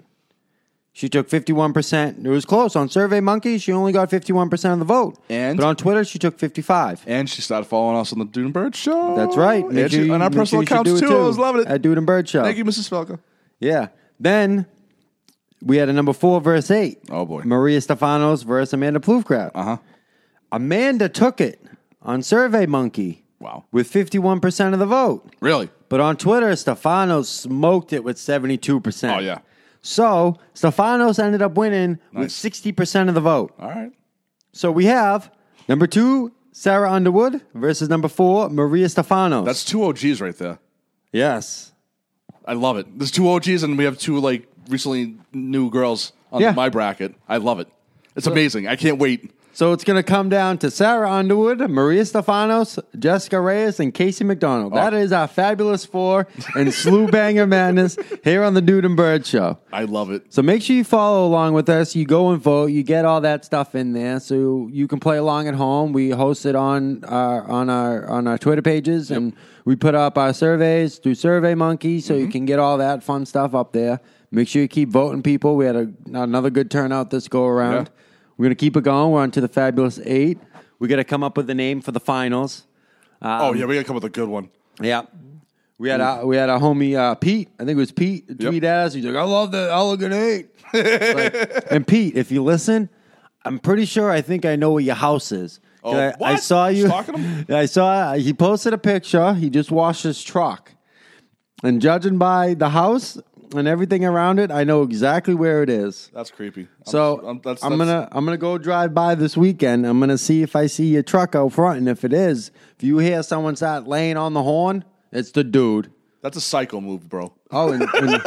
She took 51%. It was close. On SurveyMonkey, she only got 51% of the vote. And? But on Twitter, she took 55 And she started following us on the Dune Bird Show. That's right. And, she, on our make sure personal you should accounts do too. I was loving it. At Dude and Bird Show. Thank you, Mrs. Falco. Yeah. Then we had a number four verse eight. Oh, boy. Maria Stefanos versus Amanda Ploufkrap. Uh Uh-huh. Amanda took it on SurveyMonkey Wow. with 51% of the vote. Really? But on Twitter, Stefanos smoked it with 72%. Oh, yeah. So Stefanos ended up winning with Nice. 60% of the vote. All right. So we have number two, Sarah Underwood versus number four, Maria Stefanos. That's two OGs right there. yes. I love it. There's two OGs, and we have two like recently new girls on Yeah. my bracket. I love it. It's amazing. I can't wait. So it's going to come down to Sarah Underwood, Maria Stefanos, Jessica Reyes, and Casey McDonald. Oh. That is our fabulous four and Slew Banger Madness here on the Dude and Bird Show. I love it. So make sure you follow along with us. You go and vote. You get all that stuff in there, so you can play along at home. We host it on our on our on our Twitter pages, and we put up our surveys through SurveyMonkey, so you can get all that fun stuff up there. Make sure you keep voting, people. We had a, another good turnout this go around. Yeah. We're gonna keep it going. We're on to the fabulous eight. We got to come up with a name for the finals. oh yeah, we gotta come up with a good one. Yeah. We Mm. had our, we had our homie uh, Pete. I think it was Pete tweet at us. He's like, "I love the elegant eight. It's like- and Pete, if you listen, I'm pretty sure I think I know where your house is. 'Cause Oh, I, I what? saw you. Stalking him? I saw he posted a picture. He just washed his truck, and judging by the house and everything around it, I know exactly where it is. That's creepy. I'm- So I'm, I'm- that's, gonna I'm gonna go drive by this weekend. I'm gonna see if I see your truck out front, and if it is, if you hear someone start laying on the horn, it's the dude. that's a psycho move, bro. Oh, and, and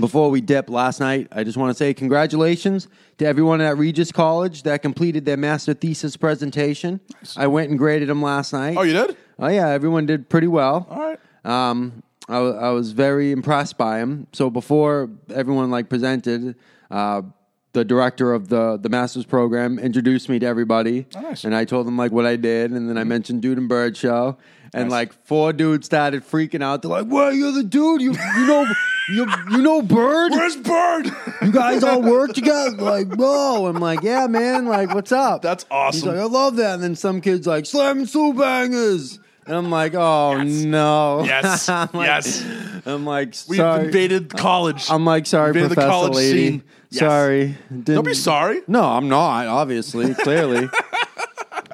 before we dip last night, I just want to say congratulations to everyone at Regis College that completed their master thesis presentation. I went and graded them last night. Oh, you did? Oh yeah, everyone did pretty well. All right. Um, I, wa- I was very impressed by him. So before everyone like presented, uh, the director of the the master's program introduced me to everybody, Oh, nice. Mm-hmm. and I told them like what I did, and then I mentioned Dude and Bird Show, and Nice. like four dudes started freaking out. They're like, "Well, you're the dude. You you know you you know Bird. Where's Bird? You guys all work together." Like, whoa! I'm like, "Yeah, man. Like, what's up?" That's He's awesome. like, I love that. And then some kid's like, slamming Soul Bangers. And I'm like, oh no. Yes. I'm like, Yes. I'm like, We've sorry. invaded college. I'm like, sorry, invaded the Professor college Lady. scene. Sorry. Didn't- Don't be sorry. No, I'm not. Obviously, clearly.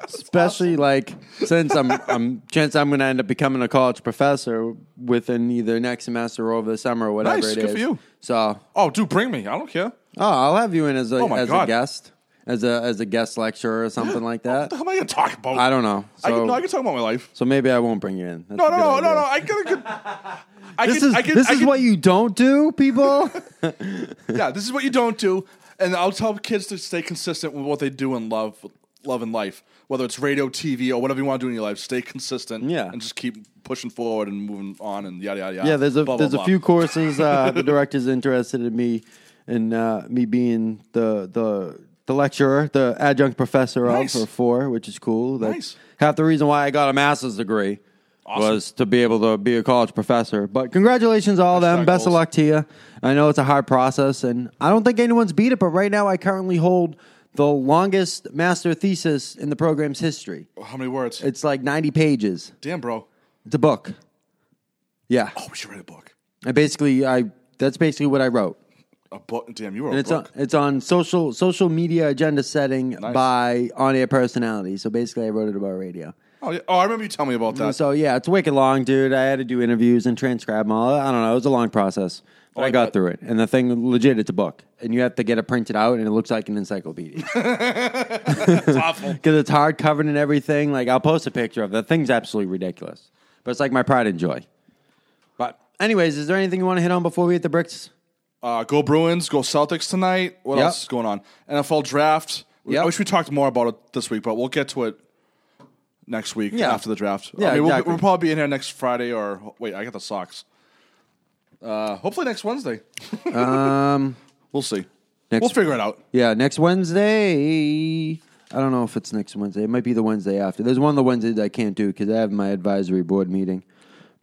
Especially like since I'm, I'm chance I'm going to end up becoming a college professor within either next semester or over the summer or whatever Nice, it good is. for you. So, Oh, dude, bring me. I don't care. oh, I'll have you in as a Oh my as a God. guest, as a as a guest lecturer or something like that. What the hell am I gonna talk about? I don't know. I So, can, no, I can talk about my life. so maybe I won't bring you in. That's No, a no, good no, no, idea. no. I can. I can, I This can- is I can, this I is can- what you don't do, people. Yeah, this is what you don't do. And I'll tell kids to stay consistent with what they do in love, love and life, whether it's radio, TV, or whatever you want to do in your life. Stay consistent. Yeah. and just keep pushing forward and moving on and yada yada yada. Yeah, there's a blah, blah, there's a blah. few courses uh, the director's interested in me and uh, me being the the the lecturer, the adjunct professor Nice. of or for, which is cool. That's Nice. half the reason why I got a master's degree Awesome. was to be able to be a college professor. But congratulations to all of them. Hashtag Best of goals. luck to you. I know it's a hard process and I don't think anyone's beat it, but right now I currently hold the longest master thesis in the program's history. How many words? It's like 90 pages. Damn, bro. It's a book. Yeah. Oh, we should write a book. I basically, I that's basically what I wrote, A book. Damn, you wrote and a it's on book. it's on social social media agenda setting by on air personality. So basically, I wrote it about radio. oh, yeah. oh, I remember you telling me about that. So yeah, it's wicked long, dude. I had to do interviews and transcribe them all. I don't know, it was a long process, but I Oh, I got bet. through it. And the thing, legit, it's a book, and you have to get it printed out, and it looks like an encyclopedia It's awful. because it's hard covered and everything. Like I'll post a picture of it. the thing's absolutely ridiculous, but it's like my pride and joy. But anyways, is there anything you want to hit on before we hit the bricks? Uh, go Bruins. Go Celtics tonight. What Yep. else is going on? NFL draft. We- Yep. I wish we talked more about it this week, but we'll get to it next week Yeah. after the draft. Yeah, I mean, we'll- exactly. we'll, probably be in here next Friday or wait, I got the socks. Uh, hopefully next Wednesday. Um. We'll see. Next- we'll figure it out. Yeah, next Wednesday. I don't know if it's next Wednesday. It might be the Wednesday after. There's one of the Wednesdays I can't do because I have my advisory board meeting.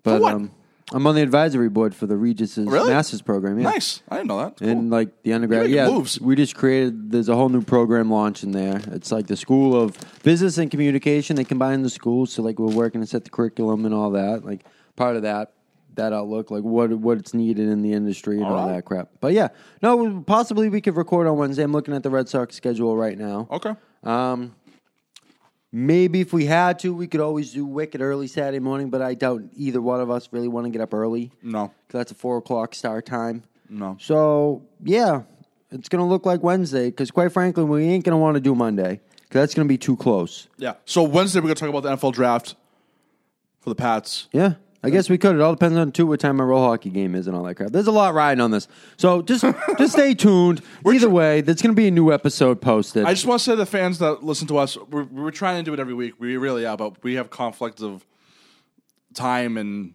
But what? Um, I'm on the advisory board for the Regis's Really? master's program. Yeah. Nice. I didn't know that. Cool. And like the undergrad, You're yeah, making moves. we just created. There's a whole new program launch in there. It's like the School of Business and Communication. They combine the schools, so like we're working to set the curriculum and all that. Like part of that, that outlook, like what what's needed in the industry and all, right. that crap. But yeah, no, possibly we could record on Wednesday. I'm looking at the Red Sox schedule right now. okay. Maybe if we had to, we could always do Wicked early Saturday morning. But I doubt either one of us really want to get up early. No. 'Cause that's a four o'clock start time. No. So yeah, it's gonna look like Wednesday because quite frankly, we ain't gonna want to do Monday because that's gonna be too close. Yeah. So Wednesday we're gonna talk about the NFL draft for the Pats. Yeah, I guess we could. It all depends on too what time our roll hockey game is and all that crap. There's a lot riding on this, so just just stay tuned. Either way, there's gonna be a new episode posted. I just want to say to the fans that listen to us, we're, we're trying to do it every week. We really are, but we have conflicts of time and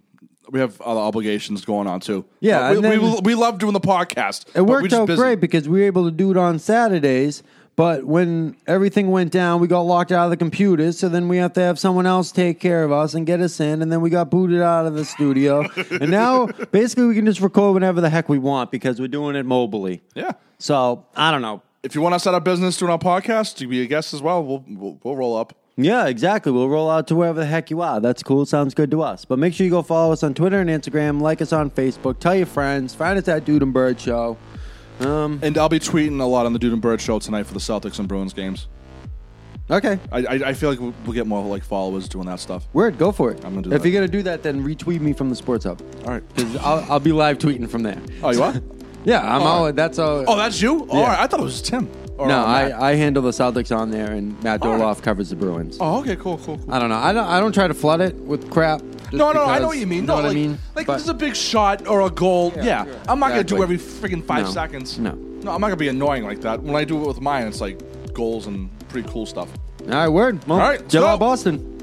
we have other obligations going on too. Yeah, But we, and then- we, we love doing the podcast. It worked out great because we were able to do it on Saturdays. But when everything went down, we got locked out of the computers. So then we have to have someone else take care of us and get us in. And then we got booted out of the studio. and now basically we can just record whenever the heck we want because we're doing it mobily. Yeah. So I don't know. If you want us out of business doing our podcast, you can be a guest as well. We'll we'll, we'll roll up. Yeah, exactly. We'll roll out to wherever the heck you are. That's cool. Sounds good to us. But make sure you go follow us on Twitter and Instagram, like us on Facebook, tell your friends, find us at Dude and Bird Show. And I'll be tweeting a lot on the Dude and Bird show tonight for the Celtics and Bruins games. Okay. I I, I feel like we'll, we'll get more like followers doing that stuff. Word, go for it. I'm gonna do if that. you're gonna do that, then retweet me from the sports hub. All right. because I'll, I'll be live tweeting from there. Oh, you are? Yeah, I'm all all. That's all. oh, that's you? All right. I thought it was Tim. Or, no, uh, Matt. I, I handle the Celtics on there, and Matt All right. Doloff covers the Bruins. Oh, okay, cool, cool, cool. I don't know. I don't. I don't try to flood it with crap. just No, no, I because- know what you mean. Know no, what like, I mean? like But- this is a big shot or a goal. Yeah, I'm Exactly. not gonna do every freaking five No. seconds. No. no, I'm not gonna be annoying like that. When I do it with mine, it's like goals and pretty cool stuff. all right, word. Well, All right, July so- Boston.